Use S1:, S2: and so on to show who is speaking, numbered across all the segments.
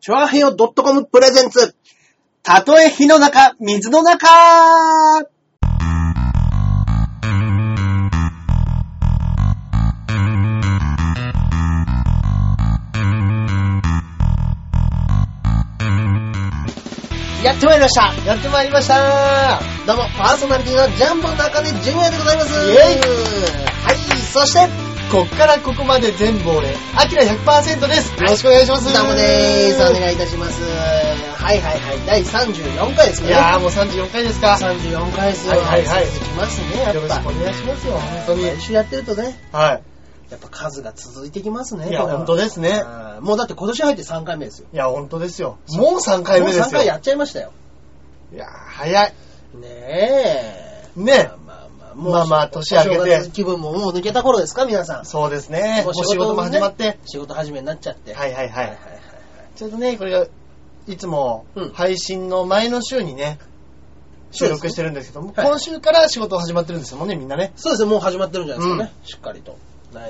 S1: チョアヘヨ .com プレゼンツ。たとえ火の中、水の中やってまいりました。
S2: やってまいりました
S1: どうも、パーソナリティのジャンボ中根純也でございます。
S2: イェイ
S1: はい、そして、
S2: こっからここまで全部俺、アキラ100%ですよろしくお願いします
S1: どうもでーす。お願いいたします。はいはいはい、第34回ですね。
S2: いやーもう34回ですか
S1: 34回ですよ。
S2: はいはいはい
S1: 続きますね、や
S2: よ
S1: っ
S2: ろしくお
S1: ぱ。
S2: 願いしますよ、本当に。
S1: 毎週やってるとね、
S2: は
S1: やっぱ数が続いてきますね。
S2: いや
S1: これは
S2: 本当ですね
S1: あーもうだって今年入って3回目ですよ。
S2: い。いや、本当ですよ。もう3回目ですよ。
S1: もう3回やっちゃいましたよ。
S2: いやー、早い。
S1: ねえ。
S2: ね
S1: まあ
S2: え
S1: まあまあ、
S2: まあまあ年明けて
S1: お正月気分ももう抜けた頃ですか、皆さん。
S2: そうですね。もう仕事も
S1: ね
S2: 始まって。。
S1: 仕事始めになっちゃって。
S2: はいはいは
S1: はいはい
S2: い。
S1: はい
S2: ちょっとね、これが、いつも
S1: うん
S2: 配信の前の週にね、収録してるんですけども、
S1: はい
S2: 今週から仕事始まってるんですもんね、みんなね。
S1: そうですね、もう始まってるんじゃないですかね。しっかりと。ね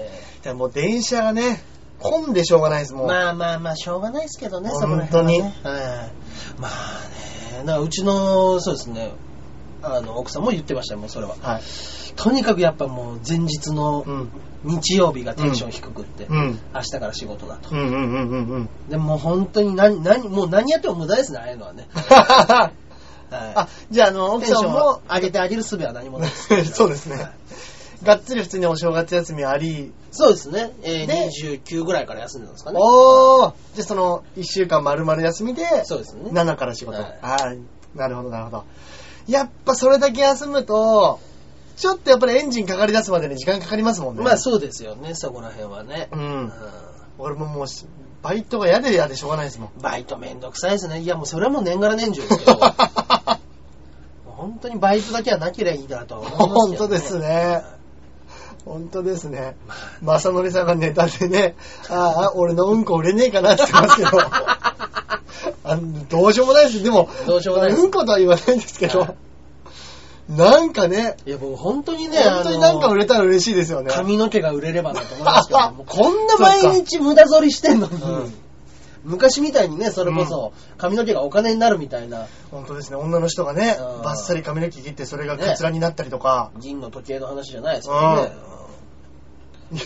S2: いやもう電車がね、混んでしょうがないです、もう。
S1: まあまあまあ、しょうがないですけどね、そこら
S2: 本当
S1: 辺
S2: に
S1: はね。はい。まあね、なんかうちの、そうですね、あの、奥さんも言ってましたよ、もうそれは。
S2: はい。
S1: とにかくやっぱもう前日の
S2: うん。
S1: 日曜日がテンション低くって、
S2: うん。
S1: 明日から仕事だと。
S2: うんうんうんうんうん。
S1: でもう本当に何、何、もう何やっても無駄ですね、ああいうのはね。は
S2: あ、じゃあ、あの、
S1: い。テ
S2: 奥
S1: ンシ
S2: さ
S1: ョ
S2: ん
S1: ンを
S2: も、
S1: 上げてあげる術は何もないです
S2: そうですね
S1: はい
S2: がっつり普通にお正月休みあり、
S1: そうですね、えー
S2: で
S1: 29ぐらいから休んでたんですかね。
S2: おーじゃあその、1週間丸々休みで、
S1: そうですね。
S2: 7から仕事。
S1: はい
S2: ああ、なるほど、なるほど。やっぱそれだけ休むと、ちょっとやっぱりエンジンかかり出すまでに時間かかりますもんね。
S1: まあそうですよね、そこら辺はね。
S2: う。
S1: うんん
S2: 俺ももうし、バイトが嫌で嫌でしょうがないですもん。
S1: バイトめんどくさいですね。いや、もうそれはもう年がら年中です けど、もう本当にバイトだけはなければいいなとは思い
S2: 本
S1: ますけど、ね。
S2: 当で すね。本当ですね。まさのりさんがネタでね、ああ、俺のうんこ売れねえかなって言って ますけど、あのどうしようもないです。でも、
S1: どうしようもないです
S2: んことは言わないんですけ
S1: は
S2: ど、なんかね、
S1: いや、僕本当にね、
S2: 本当になんか売
S1: れ
S2: れたら嬉しいですよね。
S1: 髪の毛が売れればなと思いますけ ど、もうこんな
S2: そっか
S1: 毎日無駄剃りしてんのに、
S2: うん
S1: 昔みたいにね、それこそ髪の毛がお金になるみたいな、
S2: 本当ですね。女の人がね、
S1: うん
S2: バッサリ髪の毛切ってそれが
S1: ね
S2: カツラになったりとか、
S1: 銀の時計の話じゃないですけどね。うん
S2: いや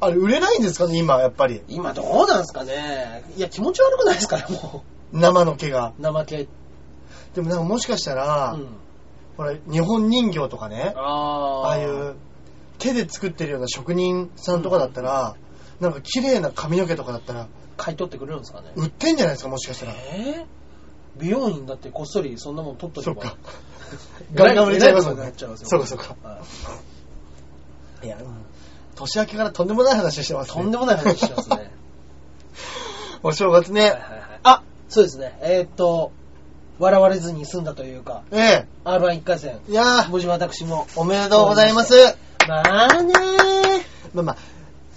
S2: あれ売れないんですかね、今、やっぱり。
S1: 今どうなんですかね。いや、気持ち悪くないですから、も
S2: 生の毛が。
S1: う。怠け。
S2: でもなんかもしかしたら、
S1: うん
S2: ほら、日本人形とかね、
S1: あー
S2: ああいう手で作ってるような職人さんとかだったら、なんか綺麗な髪の毛とかだったら
S1: 買い取ってくれるんですかね。
S2: 売ってんじゃないですかもしかしたら
S1: えー美容院だってこっそりそんなもん取っとけ
S2: そっ
S1: ば
S2: かガリガリ売れちゃいますもん
S1: えら
S2: ね
S1: ことになっちゃいますよ
S2: そうかそうか
S1: はい
S2: やうん年明けからとんでもない話してま
S1: い
S2: す、ね、
S1: とんでもない話してます ね
S2: お正月
S1: はい
S2: ね
S1: はいはいあそうですねえーっと笑われずに済んだというか
S2: ええ
S1: r 1 1回戦
S2: いやー
S1: 無事私も
S2: おめでとうございます
S1: まあね
S2: まあまあ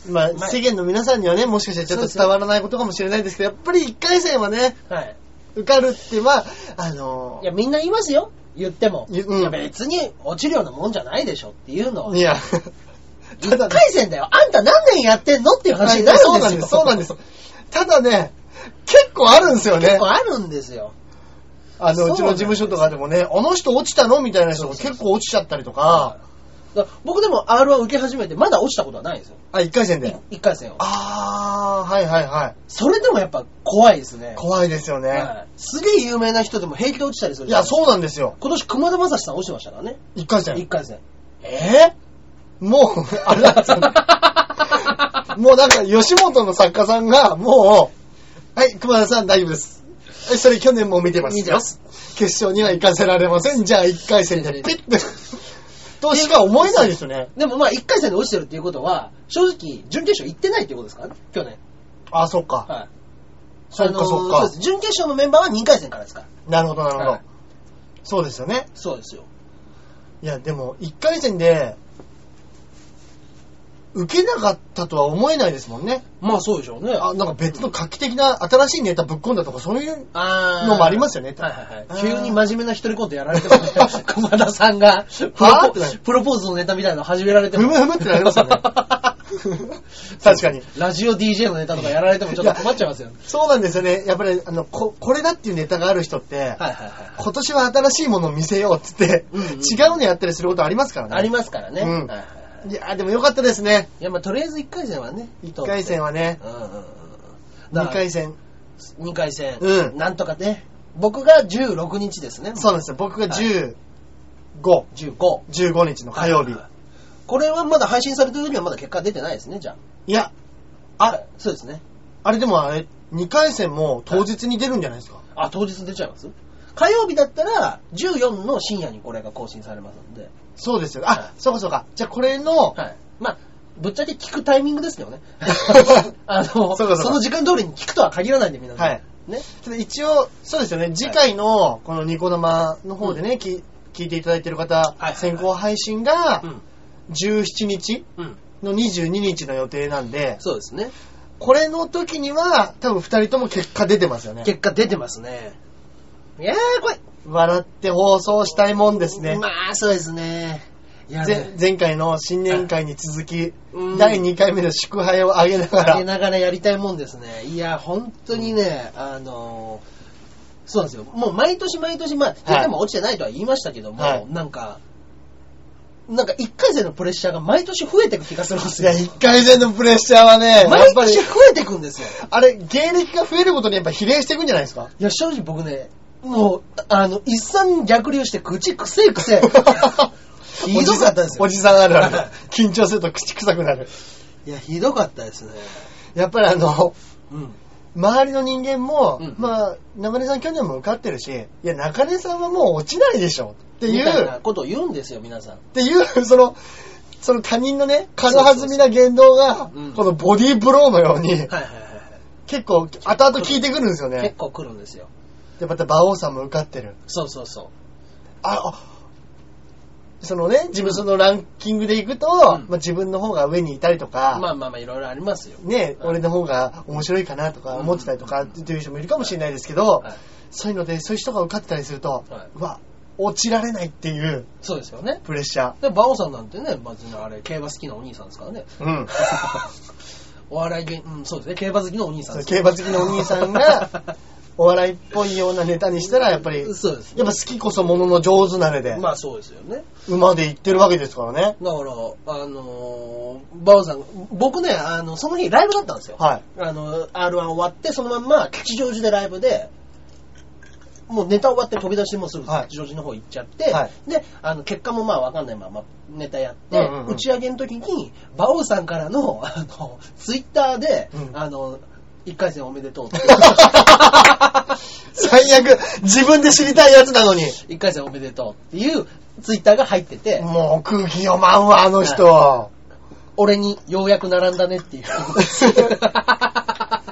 S2: まあ、
S1: まあ
S2: 世間の皆さんにはね、もしかしたらちょっと伝わらないことかもしれないですけど、やっぱり1回戦はね、
S1: ーはい
S2: 受かるっては、あの
S1: いやみんな言いますよ言っても、
S2: いうん
S1: いや別に落ちるようなもんじゃないでしょっていうのはい
S2: や、
S1: 1回戦だよあんた何年やってんのっていう話になるんですよ
S2: そうなんです、そうなんです。ただね、結構あるんですよね。
S1: 結構あるんですよ
S2: あ
S1: そう
S2: の、うちの事務所とかでもね、あの人落ちたのみたいな人が結構落ちちゃったりとか、
S1: だから僕でも R1 受け始めてまだ落ちたことはないんですよ。
S2: あ、1回戦で。
S1: 1回戦を。
S2: あー、はいはいはい。
S1: それでもやっぱ怖いですね。
S2: 怖いですよね。
S1: はいすげえ有名な人でも平気で落ちたりする
S2: い
S1: じゃん
S2: や、そうなんですよ。
S1: 今年熊田正史さん落ちてましたからね。
S2: 1回
S1: 1
S2: 戦。
S1: 回戦。
S2: えー、もう、 あれだったんだもうなんか、吉本の作家さんが、もう、はい、熊田さん大丈夫です。はいそれ去年も見てます。
S1: 見てます
S2: 決勝には行かせられません。じゃあ1回戦でピッて。としか思えないですよね。
S1: でもまあ1回戦で落ちてるっていうことは、正直準決勝行ってないっていうことですからね、去年。
S2: あ、そっか。
S1: はい。
S2: そっかそっ
S1: あのー
S2: か
S1: うです。準決勝のメンバーは2回戦からですから。
S2: なるほど、なるほど。
S1: はい
S2: そうですよね。
S1: そうですよ。
S2: いや、でも、1回戦で、受けなかったとは思えないですもんね。
S1: まあそうでしょうね。
S2: あなんか別の画期的な新しいネタぶっ込んだとか、そういう、
S1: あー
S2: のもありますよね
S1: はいはい
S2: あ
S1: はい。
S2: ー
S1: 急に真面目な一人コントやられてもね、 熊田さんがプロ
S2: はぁ
S1: ポ、プロポーズのネタみたいなの始められても。。
S2: ふむふむってなりますよね 確かに。
S1: ラジオ DJ のネタとかやられてもちょっと困っちゃいますよね。
S2: そうなんですよね。やっぱり、あの、こ、これだっていうネタがある人って、
S1: はいはいはい。
S2: 今年は新しいものを見せようって言って、
S1: うんうん
S2: 違うのやったりすることありますからね。
S1: ありますからね。
S2: うん
S1: はいはいはい
S2: いやーでもよかったですね。
S1: いや、まあ、とりあえず1回戦はね。
S2: 1回戦
S1: は。
S2: はね。
S1: うんうんうんうん。
S2: 2
S1: 回
S2: 回戦。
S1: 2回戦。
S2: うん
S1: なんとかね。僕が16日ですね。
S2: そ
S1: う。
S2: うなんですよ。僕が
S1: は
S2: 15、
S1: 15。
S2: 15日の火曜日。
S1: はいはいはい。これはまだ配信されてる時はまだ結果出てないですね、じゃ
S2: いや、
S1: あ。
S2: あ、、
S1: そうですね。
S2: あれでもあれ、2回戦も当日に出るんじゃないですか。
S1: あ、当日出ちゃいます火曜日だったら、14の深夜にこれが更新されますので。
S2: そうですよ。
S1: は
S2: あ
S1: い、
S2: そうかそうか。じゃあこれの、。
S1: はい。まあ、ぶっちゃけ聞くタイミングですけど ねあの、
S2: そうかそうか
S1: の時間通りに聞くとは限らないんで、皆さん。
S2: はい。
S1: ね。
S2: ちょっと一応、そうですよね、次回のこのニコ生の方でね、き聞いていただいてる方、
S1: はい
S2: 先行配信が
S1: うん。
S2: 17日
S1: うん。
S2: の22日の予定なんで、
S1: そうですね。
S2: これの時には多分二人とも結果出てますよね。
S1: 結果出てますね。いやー、これ。
S2: 笑って放送したいもんですね。
S1: まあ、そうですね。いや
S2: ぜ
S1: ね、
S2: 前回の新年会に続き、
S1: うん
S2: 第2回目の祝杯をあげなが
S1: あげ
S2: ら、
S1: ながらやりたいもんですね。いや、本当にね、あのーそうなんですよ。もう毎年毎年、まあ、出ても落ちてないとは言いましたけども、
S2: はい
S1: なんか、なんか1回戦のプレッシャーが毎年増えていく気がするんです
S2: い
S1: よ
S2: や、。1回戦のプレッシャーはね、や
S1: 毎
S2: っぱり
S1: 年、増えていくんですよ。
S2: あれ、芸歴が増えることにやっぱ比例していくんじゃないですか
S1: いや、正直僕ね、もう、あの、一産逆流して口くせえく せえ。ひどかったですよ
S2: お。じさんあるある。緊張すると口臭くなる。
S1: いや、ひどかったですね。
S2: やっぱりあの、
S1: うん。
S2: 周りの人間も、
S1: うん
S2: まあ、中根さん去年も受かってるし、いや、中根さんはもう落ちないでしょ。ってい
S1: みたいな
S2: う、
S1: ことを言うんですよ、皆さん。
S2: っていう、その、その他人のね、軽はずみな言動が
S1: うそううん、
S2: このボディーブローのように、
S1: はいはいはい
S2: 結構、後々効いてくるんですよ
S1: はい。結
S2: ね。
S1: 構来るんですよ。
S2: で、また、馬王さんも受かってる。
S1: そうそうそう。
S2: あ、あそのね、自分そのランキングでいくと、
S1: うん
S2: まあ、自分の方が上にいたりとか、
S1: まあまあまあ、いろいろありますよ。
S2: ね、
S1: はい
S2: 俺の方が面白いかなとか思ってたりとか
S1: うん
S2: っていう人もいるかもしれないですけど
S1: はい、
S2: そういうので、そういう人が受かってたりすると
S1: は、
S2: うわ、落ちられないっていう
S1: そうですよね。
S2: プレッシャー。
S1: で、バオさんなんてね、まずねあれ、競馬好きなお兄さんですから ね。
S2: うん。
S1: お笑い芸、うん、そうですね、競馬好きのお兄さん
S2: そう
S1: です
S2: 競馬好きのお兄さんが、 お笑いっぽいようなネタにしたら、やっぱり、やっ
S1: そうですね。
S2: ぱ好きこそものの上手なれで、
S1: まあそうですよね。
S2: 馬で行ってるわけですからね。
S1: だから、あのーバオさん、僕ね、あの、その日ライブだったんですよ。
S2: はい。
S1: あの、R1 終わって、そのまんま吉祥寺でライブで、もうネタ終わって飛び出してもうすぐ
S2: はい
S1: 吉祥寺の方行っちゃって、
S2: はい
S1: で、あの、結果もまあわかんないままネタやって、
S2: うんうんうん
S1: 打ち上げの時に、馬王さんからの、あの、ツイッターで、
S2: うん
S1: あの、一回戦おめでと うって。
S2: 最悪、自分で知りたいやつ なのに、
S1: 一回戦おめでとうっていうツイッターが入ってて、
S2: もう空気読まんわ、あの人。
S1: 俺にようやく並んだねっていう。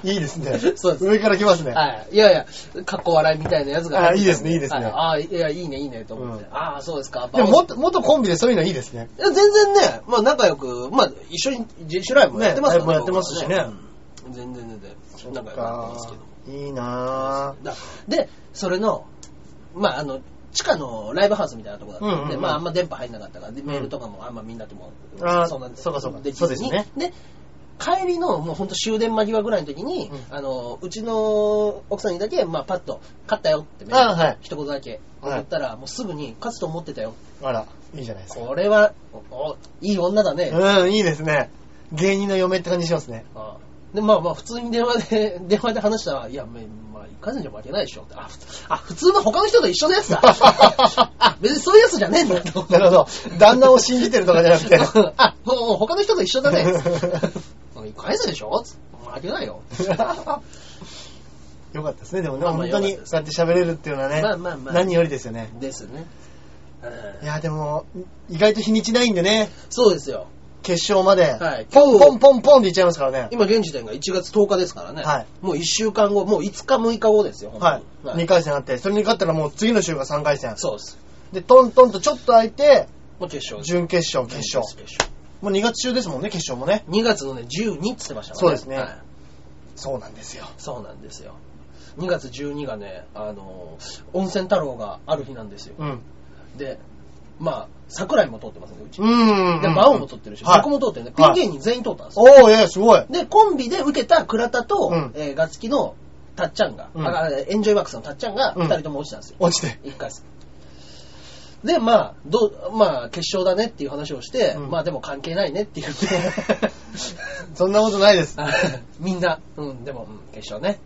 S2: いいですね
S1: そうで。す
S2: 上から来ますね。
S1: はい。いやいや、かっこ笑いみたいなやつが入ってたん。
S2: あいいですねいいですね
S1: はああ、いや、いいね、いいね、と思って。
S2: う
S1: ああ、そうですか。
S2: でも元、元コンビでそういうのいいですね。
S1: いや全然ね、まあ仲良く、まあ一緒に自主ライブもやってますから
S2: ねライブもやってますしね
S1: 僕はうん全然全然、仲良くやってますけど。
S2: いいなぁ。
S1: だで、それの、まああの、地下のライブハウスみたいなとこだったんで、
S2: うんうんうん
S1: まああんま電波入んなかったから、で
S2: うん
S1: メールとかもあんまみんなとも、
S2: あー
S1: そんな
S2: そうかそうか
S1: でき
S2: そう
S1: ず
S2: です
S1: に。
S2: よね
S1: で帰りの、もうほんと終電間際ぐらいの時に、
S2: う
S1: あの、うちの奥さんにだけ、まあパッと、勝ったよってメール
S2: あーはい
S1: 一言だけ送ったら、もうすぐに、勝つと思ってたよ。
S2: あら、いいじゃないですか。
S1: これは、おおいい女だね。
S2: うん、いいですね。芸人の嫁って感じしますね。
S1: ああで、まあまあ、普通に電話で、 電話で話したら、いや、めまあ、一回戦じゃ負けないでしょって。あ、普通あ普通の他の人と一緒のやつ だ。あ、別にそういうやつじゃねえんだと。
S2: なるほど。旦那を信じてるとかじゃなくて。
S1: あ、もうもう他の人と一緒だね。うん一回戦でしょつって負けないよ。
S2: よかったですね。でもね、
S1: まあまあ
S2: 本当に
S1: よ、かっ
S2: そうやって喋れるっていうのはね、
S1: まあまあまあ
S2: 何よりですよ ね。
S1: ですね。
S2: い
S1: うん
S2: や、でも、意外と日にちないんでね、
S1: そうですよ。
S2: 決勝まで、
S1: はい
S2: ポン
S1: 今
S2: ポ
S1: 日
S2: ンポンポンっていっちゃいますからね。
S1: 今現時点が1月10日ですからね。
S2: はい
S1: もう1週間後、もう5日6日後ですよ。本
S2: はい。
S1: 当に
S2: 2回戦あって、それに勝ったらもう次の週が3回戦。
S1: そうです。
S2: で、トントンとちょっと空いて、
S1: もう決勝です。
S2: 準決勝、決勝。もう2月中ですもんね、決勝もね。
S1: 2月のね、12って言ってましたからね。
S2: そうですね
S1: はい
S2: そうなんですよ。
S1: そうなんですよ。2月12がね、あのー温泉太郎がある日なんですよ。
S2: うん。
S1: で、まあ、桜井も通ってますね、うち。
S2: うんうんうん。
S1: で、馬王も通ってるし、
S2: はい
S1: 僕も通ってるんで、ピン芸人全員通ったんですよ。
S2: おー、えー、すごい。
S1: で、コンビで受けた倉田と、
S2: うん
S1: えーガツキのたっちゃんが、
S2: うん
S1: あエンジョイワックスのたっちゃんが、
S2: うん
S1: 二人とも落ちたんですよ。
S2: 落ちて。
S1: 一回です。で、まあ、どう、まあ、決勝だねっていう話をして、
S2: うん
S1: まあでも関係ないねって 言って、
S2: そんなことないです。
S1: あみんな、うん、でも、うん決勝ね。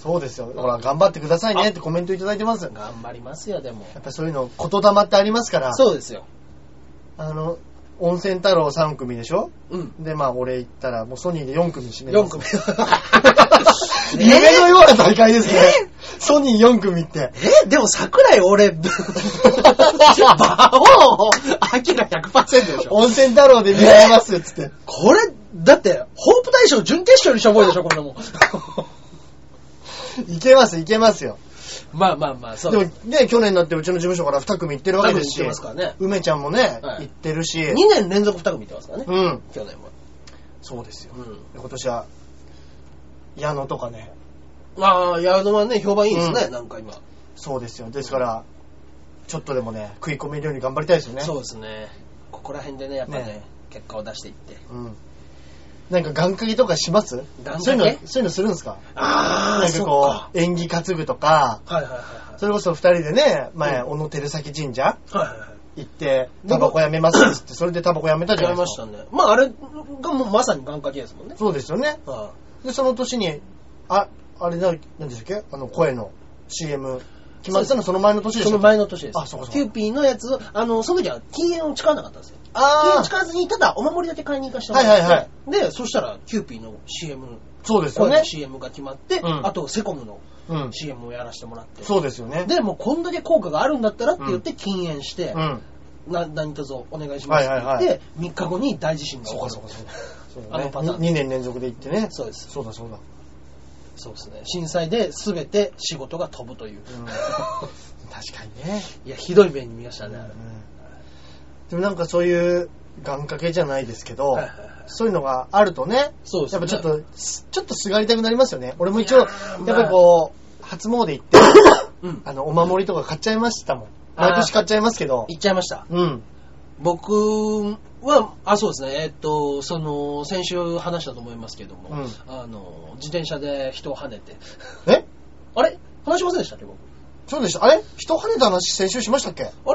S2: そうですよ。ほら、頑張ってくださいねってコメントいただいてます。や
S1: 頑張りますよ、でも。
S2: っぱそういうの、言霊ってありますから。
S1: そうですよ。
S2: あの、温泉太郎3組でしょ
S1: うん。
S2: で、まあ、俺行ったら、もうソニーで4組締め。
S1: 4組。
S2: 夢のような大会ですね。ソニー4組って。
S1: え、でも桜井俺、 バオアキラ100%でしょ。
S2: 温泉太郎で見られますっつって。
S1: これ、だって、ホープ大賞準決勝にしょぼいでしょ、これ も。
S2: いけます、いけますよ。
S1: まあまあまあ、そ
S2: で
S1: う
S2: も
S1: です。
S2: ね、去年だってうちの事務所から2組行ってるわけです
S1: 二組
S2: し
S1: 行ってますからね、
S2: 梅ちゃんもね、
S1: はい
S2: 行ってるし
S1: 2、年連続2組見てますからね、
S2: うん、
S1: 去年は。
S2: そうですよ。
S1: うん。
S2: 今年は、矢野とかね、
S1: ああ、ヤードマンね、評判いいですね、
S2: うん
S1: なんか今。
S2: そうですよ。ですから、ちょっとでもね、食い込めるように頑張りたいですよね。
S1: そうですね。ここら辺でね、やっぱね、
S2: ね
S1: 結果を出していって。
S2: うん。なんか願掛けとかします
S1: 掛け
S2: そういうの、そういうのするんですか
S1: あ
S2: なんかこう、演技担ぐとか、
S1: う。はいはいは
S2: それこそ二人でね、前、
S1: う
S2: 小野照崎神社
S1: い。はいはいはい。
S2: 行って、
S1: 僕
S2: タバコやめますっつって、それでタバコやめたじゃ
S1: や
S2: な
S1: りま
S2: いで
S1: し
S2: すか。
S1: たね。まああれがもうまさに眼科系ですもんね。
S2: そうですよね。
S1: あ
S2: で、その年に、あ、あれな、なんでしたっけあの、声の CM、決まったのその前の年でし
S1: そ
S2: た
S1: の前の年です。
S2: あそうかそうか
S1: キューピーのやつを、あの、その時は禁煙を誓わなかったんですよ。禁煙を
S2: あ
S1: 誓
S2: あ、
S1: わずに、ただお守りだけ買いに行かせてもらって。
S2: はいはい
S1: で、そしたらキューピーの CM、
S2: そうですよ
S1: 声
S2: ね
S1: の。CM が決まって、
S2: うん
S1: あとセコムの
S2: うん。
S1: CM をやらせてもらって。
S2: そうですよね。
S1: で、もうこんだけ効果があるんだったらって言って禁煙して、
S2: うん。
S1: な何卒お願いしますって言って、
S2: はいはいは
S1: 3日後に大地震が起
S2: そう
S1: こる
S2: かそうかそうか。そう
S1: あのパターン
S2: 2年連続で行ってね。
S1: そうです
S2: そうだそうだ。
S1: そうですね震災で全て仕事が飛ぶという、
S2: うん確かにね。
S1: いやひどい目に見ましたね、あれ
S2: でもなんかそういう願掛けじゃないですけど、
S1: はいはいはい
S2: そういうのがあるとね、
S1: そうです
S2: やっ
S1: ね
S2: ぱちょっと、すちょっとすがりたくなりますよね。俺も一
S1: い
S2: 応、や
S1: や
S2: っ
S1: ー
S2: ぱりこう、初詣行って、
S1: うん
S2: あの、お守りとか買っちゃいましたもん。
S1: あー
S2: 毎年買っちゃいますけど。
S1: 行っちゃいました
S2: うん。
S1: 僕はあそうですねえっとその先週話したと思いますけども、
S2: うん
S1: あの自転車で人を跳ねて
S2: え
S1: あれ話しませんでしたっけ僕
S2: そうでした。あれ人跳ねた話先週しましたっけ
S1: あれ
S2: ちょっ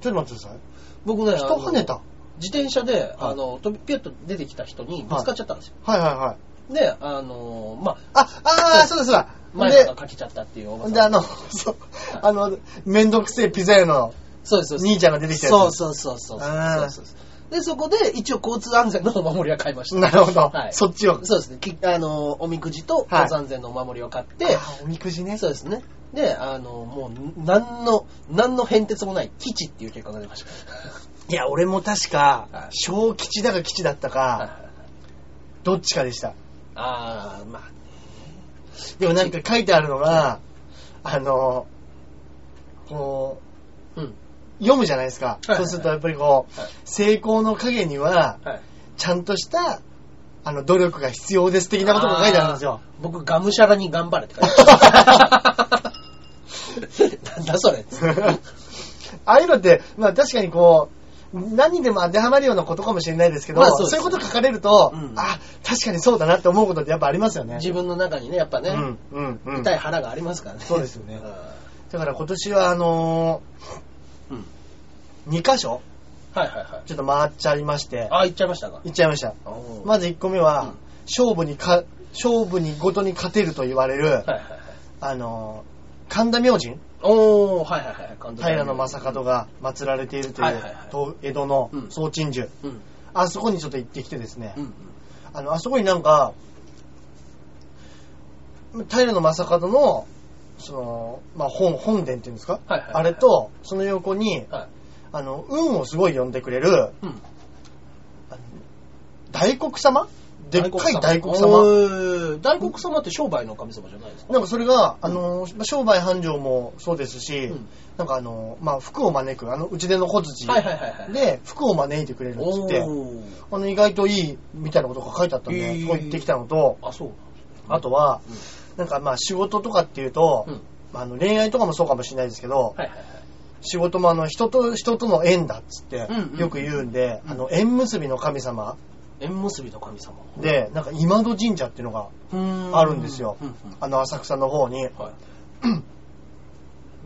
S2: と待ってください。
S1: 僕ね
S2: 人跳ねた
S1: あの自転車であの飛びピュッと出てきた人にぶつかっちゃったんですよ、
S2: はいはいはい。
S1: であのまあ
S2: あ、あー、そうだそうだ。ほん
S1: 前が
S2: で、
S1: かけちゃったっていうおば
S2: ほ
S1: さ
S2: ん
S1: ん
S2: であの、 そう、あの、めんどくせえピザ屋の
S1: そうですそうです
S2: 兄ちゃんが出てきたやつ
S1: そうそうそうそう
S2: あ
S1: そ
S2: ー
S1: うそうそうでそこで一応交通安全のお守りは買いました
S2: なるほど
S1: はい、
S2: そっちを
S1: そうですねきあのおみくじと
S2: はい
S1: 交通安全のお守りを買って、
S2: あーおみくじね。
S1: そうですねであのもう何の何の変哲もない吉っていう結果が出ました
S2: いや、俺も確
S1: は
S2: か
S1: い、
S2: 小吉だか吉だったか、どっちかでした。
S1: ああまあ
S2: でもなんか書いてあるのが、あの、こ
S1: うん
S2: う、読むじゃないですか。
S1: はい
S2: そうするとやっぱりこう
S1: はい、
S2: 成功の陰には、
S1: はい
S2: ちゃんとした、あの、努力が必要です的なことが書いてある んですよ。
S1: あー僕がむしゃらに頑張れって書いてあるなんだそれ
S2: ああいうのって、まあ確かにこう、何にでも当てはまるようなことかもしれないですけど、
S1: まあ
S2: そ
S1: そううです
S2: いうこと書かれると、
S1: うん
S2: あ、確かにそうだなって思うことってやっぱありますよね。
S1: 自分の中にねやっぱね、
S2: うん、うん、うん。
S1: 痛い腹がありますからね
S2: そうですよね
S1: あ
S2: だから今年はあの
S1: ーうん
S2: ー、2箇所
S1: はいはいはい
S2: ちょっと回っちゃいまして、
S1: あ、行っちゃいましたか。
S2: 行っちゃいました。
S1: ま
S2: まず1個目
S1: う
S2: は
S1: ん、
S2: 勝負にか、勝負にごとに勝てると言われる、
S1: はいはいはい。
S2: あのー、神田明神、
S1: おー、はいはいはい。監督
S2: 平野正門。が祀られているとい
S1: は
S2: う
S1: いはいはい、
S2: 東江戸の
S1: うん
S2: 総鎮守、
S1: うん。
S2: あそこにちょっと行ってきてですね
S1: う、ん。
S2: あの、あそこになんか、平野正門の、その、まあ、本、本殿っていうんですか、
S1: はいはいはい
S2: あれと、その横に、
S1: はい。
S2: あの、運をすごい呼んでくれる、
S1: うん。
S2: 大黒様でっかい大黒
S1: お
S2: 様。
S1: ー大黒様って商売の神様じゃないですか。
S2: なんかそれが、あのー、商売繁盛もそうですし、
S1: うん
S2: なんかあのー、まあ、服を招く、あの、内出の小槌
S1: はいはいはいはい。
S2: で、服を招いてくれるっつ
S1: お
S2: って、
S1: ー。
S2: あの、意外といいみたいなことが書いてあったん
S1: へ
S2: で、
S1: ー
S2: そこ行ってきたのと、
S1: あ、そう。
S2: あとは、なんかまあ、仕事とかっていうと
S1: う、ん。
S2: あの、恋愛とかもそうかもしれないですけど
S1: は、いはいはい。
S2: 仕事もあの、人と、人との縁だっつって
S1: うんうん、
S2: よく言うんで、
S1: うん
S2: あの、縁結びの神様
S1: 縁結びの神様。
S2: で、なんか今戸神社っていうのが
S1: うー
S2: あるんですよ
S1: うんうん
S2: あの、浅草の方に。
S1: はい。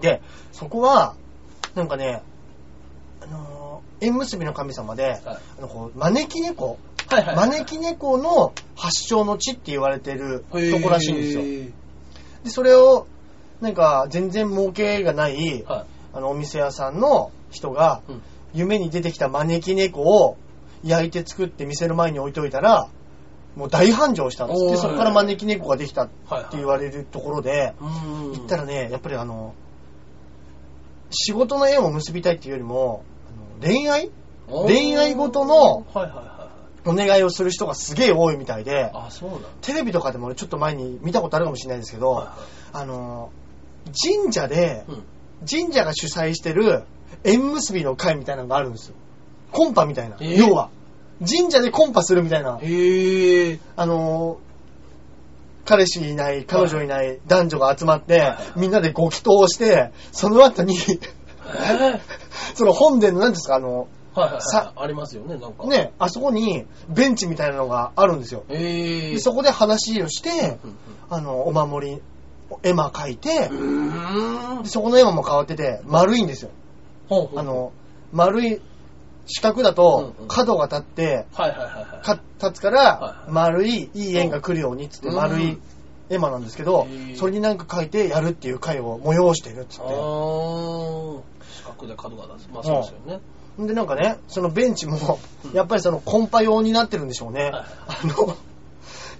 S2: で、そこは、なんかね、あのー縁結びの神様で、
S1: はい
S2: あのこう招き猫、
S1: はいはい。
S2: 招き猫の発祥の地って言われてるとこらしいんですよ。
S1: よ。
S2: で、それを、なんか、全然儲けがない、
S1: は
S2: あの、お店屋さんの人が、
S1: い。うん
S2: 夢に出てきた招き猫を焼いて作って店の前に置いといたら、もう大繁盛したんです
S1: お
S2: で、
S1: ー
S2: そこから招き猫ができたって
S1: はいはい。
S2: 言われるところで、
S1: うん。
S2: 行ったらね、やっぱりあの、仕事の縁を結びたいっていうよりも、あの恋愛
S1: おー
S2: 恋愛ごとの
S1: はいはいはい
S2: お願いをする人がすげえ多いみたいで、
S1: はい。あ、そうなんだ。
S2: テレビとかでもちょっと前に見たことあるかもしれないんですけど、
S1: は
S2: あの、神社で
S1: い、はいうん
S2: 神社が主催してる縁結びの会みたいなのがあるんですよ。コンパみたいな。
S1: えー
S2: 要は、神社でコンパするみたいな、
S1: へえ。
S2: あの、彼氏いない、彼女いない男女が集まって
S1: は、い
S2: みんなでご祈祷して、その後に、
S1: えー
S2: その本殿の、なんていうんですか、あの、
S1: はいはい
S2: さ
S1: はい。ありますよね、なんか。。
S2: ね、あそこにベンチみたいなのがあるんですよ。
S1: え
S2: で
S1: え。
S2: そこで話をして、
S1: うん
S2: あの、お守り、絵馬描いて
S1: う、ん。うーん
S2: で。そこの絵馬も変わってて、丸いんですよ。
S1: ほうほう
S2: あ、の、丸い四角だと
S1: うんうん
S2: 角が立って、
S1: はいはいはいはい。
S2: か立つか
S1: はい
S2: ら
S1: はい
S2: 丸いいい円が来るようにっつって
S1: うん
S2: 丸い絵馬なんですけど
S1: へ、ー
S2: それになんか書いてやるっていう回を催してるっつっ
S1: あー。四角で角が出す。まあそうですよね。
S2: て。で、なんかね、そのベンチも
S1: うん、
S2: やっぱりそのコンパ用になってるんでしょうね。
S1: はい
S2: あの、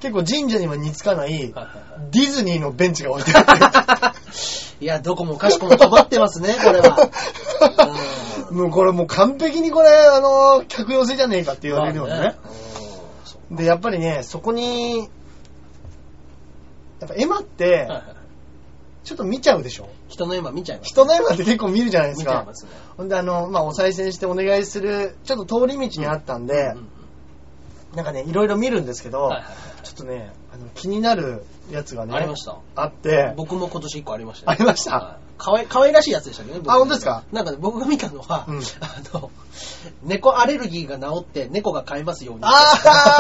S2: 結構神社には似つかない、デ
S1: はいはいはい。
S2: ィズニーのベンチが置いてあって。
S1: いや、どこもかしこも止まってますね、これ は。うん
S2: もうこれもう完璧にこれ、あの、客寄せじゃねえかって言われるようなね。
S1: まあうんそう
S2: で、やっぱりね、そこに、やっぱ絵馬って
S1: はい、はい
S2: ちょっと見ちゃうでしょ
S1: 人の今見ちゃいます。
S2: 人の絵馬って結構見るじゃないで
S1: 見
S2: す
S1: ちゃい
S2: か
S1: ま。すね。
S2: ほんで、あの、まあ、お賽銭してお願いする、ちょっと通り道にあったんで
S1: うん、うん
S2: なんかね、いろいろ見るんですけど
S1: はい、はい
S2: ちょっとね、あの気になるやつがね、
S1: ありました。
S2: あって、
S1: 僕も今年1個ありました
S2: ありました
S1: はいかわい、かわいらしいやつでしたけどね。僕
S2: あ本当ですか
S1: なんかね、僕が見たのは、
S2: うん
S1: あの、猫アレルギーが治って猫が飼いますように。
S2: あ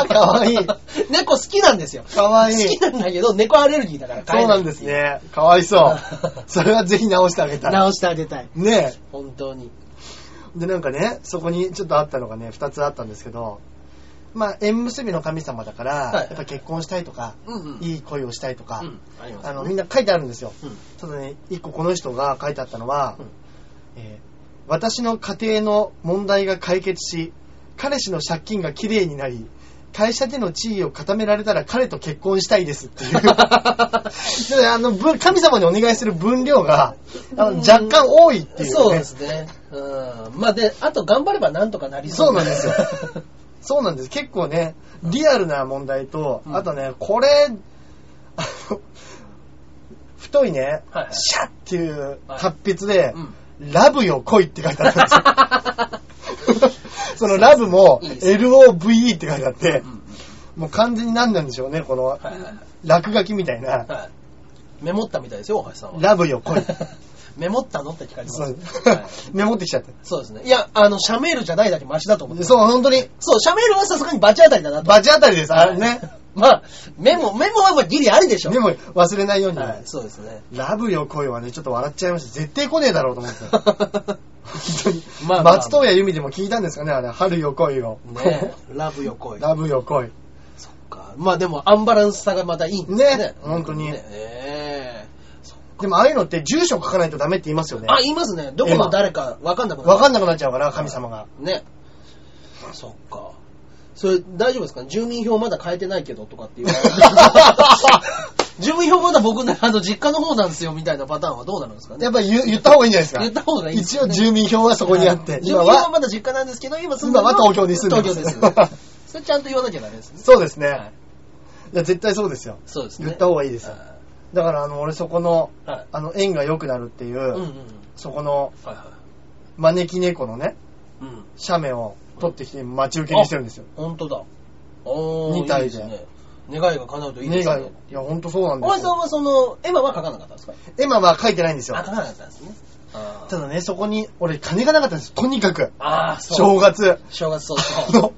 S2: ーかわいい
S1: 猫好きなんですよ。
S2: かわいい
S1: 好きなんだけど、猫アレルギーだから飼
S2: そ
S1: え
S2: う
S1: な
S2: ないんです。ね。かわ いそう。それはぜひ直してあげたい。
S1: 直してあげたい。
S2: ね
S1: 本当に。
S2: え。で、なんかね、そこにちょっとあったのがね、二つあったんですけど、まあ、縁結びの神様だから、
S1: はい
S2: やっぱ結婚したいとか、
S1: うんうん。
S2: いい恋をしたいとか、
S1: うん。ありますね。
S2: あの、みんな書いてあるんですよ。
S1: うん
S2: ただね、一個この人が書いてあったのは、
S1: うん
S2: えー私の家庭の問題が解決し、彼氏の借金がきれいになり、会社での地位を固められたら彼と結婚したいですっていう。で あの、ぶ神様にお願いする分量が、あの
S1: うん
S2: 若干多いっていう、ね。
S1: そうですね。うん。まあ、で、あと頑張ればなんとかなりそう。
S2: そうなんですよそうなんです。結構ね、リアルな問題と、
S1: うん
S2: あとね、これ、あの、太いね、
S1: はいはい
S2: シャッっていう
S1: はい
S2: 達筆で、
S1: うん
S2: ラブよ恋って書いてあったんです よ。そのラブも、
S1: いいですね
S2: LOVE って書いてあっ
S1: うん
S2: て
S1: う、ん
S2: もう完全に何なんでしょうね、この
S1: はいはい
S2: 落書きみたいな。
S1: はい。メモったみたいですよ、大橋さんは。
S2: ラブよ恋。
S1: メモったのって聞かれてます
S2: そう
S1: はい。
S2: メモってきちゃって。
S1: そうですね。いや、あの、シャメールじゃないだけマシだと思って。
S2: そう、本当に、
S1: そう、シャメールはさすがにバチ当たりだなと。
S2: バチ当たりです、あれね。
S1: まあ、メモ、メモはまあギリありでしょ。
S2: でも忘れないように。
S1: はい、そうです ね。
S2: ラブよ恋はね、ちょっと笑っちゃいました。絶対来ねえだろうと 思ってた。本当に。
S1: まあまあ
S2: 松任谷由実でも聞いたんですかね、あれ。春よ恋を。
S1: ねえラブよ恋。
S2: ラブよ恋。
S1: そっか。まあでも、アンバランスさがまたいいんですね。
S2: ね本当に
S1: ねえ
S2: でもああいうのって住所書かないとダメって言いますよね。
S1: あ、言いますね。どこの誰かわかんなくなる
S2: わかんなくなっちゃうから、神様が。
S1: ね。そっか。それ大丈夫ですか住民票まだ変えてないけどとかっ て言われる。住民票まだ僕ね、あの、実家の方なんですよみたいなパターンはどうなるんですかね
S2: やっぱり言言った方がいいんじゃないですか。
S1: 言った方がいいです
S2: 一
S1: よ
S2: 応
S1: ね
S2: 住民票はそこにあって。
S1: 住
S2: 今
S1: 民票は
S2: は、
S1: まだ実家なんですけど、今住んで
S2: 今
S1: るの
S2: は東京に住んでます。
S1: 東京です。それちゃんと言わなきゃダメですね。
S2: そうですね。
S1: はい
S2: い、や、絶対そうですよ。
S1: そうですね。
S2: 言った方がいいですよ
S1: は
S2: だから、あの、俺そこの、
S1: いはい。
S2: あの、縁が良くなるっていう、
S1: うんうんうん。
S2: そこの
S1: はいは
S2: 招き猫のね、
S1: い。うん。
S2: 写メを取ってきて待ち受けにしてるんですよ。
S1: 本当だ。おー、
S2: 二体
S1: い
S2: で
S1: いですね。願いが叶うといい
S2: 願
S1: で
S2: い
S1: す
S2: が、
S1: ね
S2: い。や、ほんとそうなんで
S1: 大橋
S2: す
S1: さん
S2: よ。
S1: はその、絵馬は描かなかったんですか
S2: 絵馬は書いてないんですよ
S1: あ、。書かなかったんですね。あー
S2: ただね、そこに、俺金がなかったんです。とにかく。
S1: あー、そう。
S2: 正月。
S1: 正月早
S2: あ
S1: 々。
S2: の、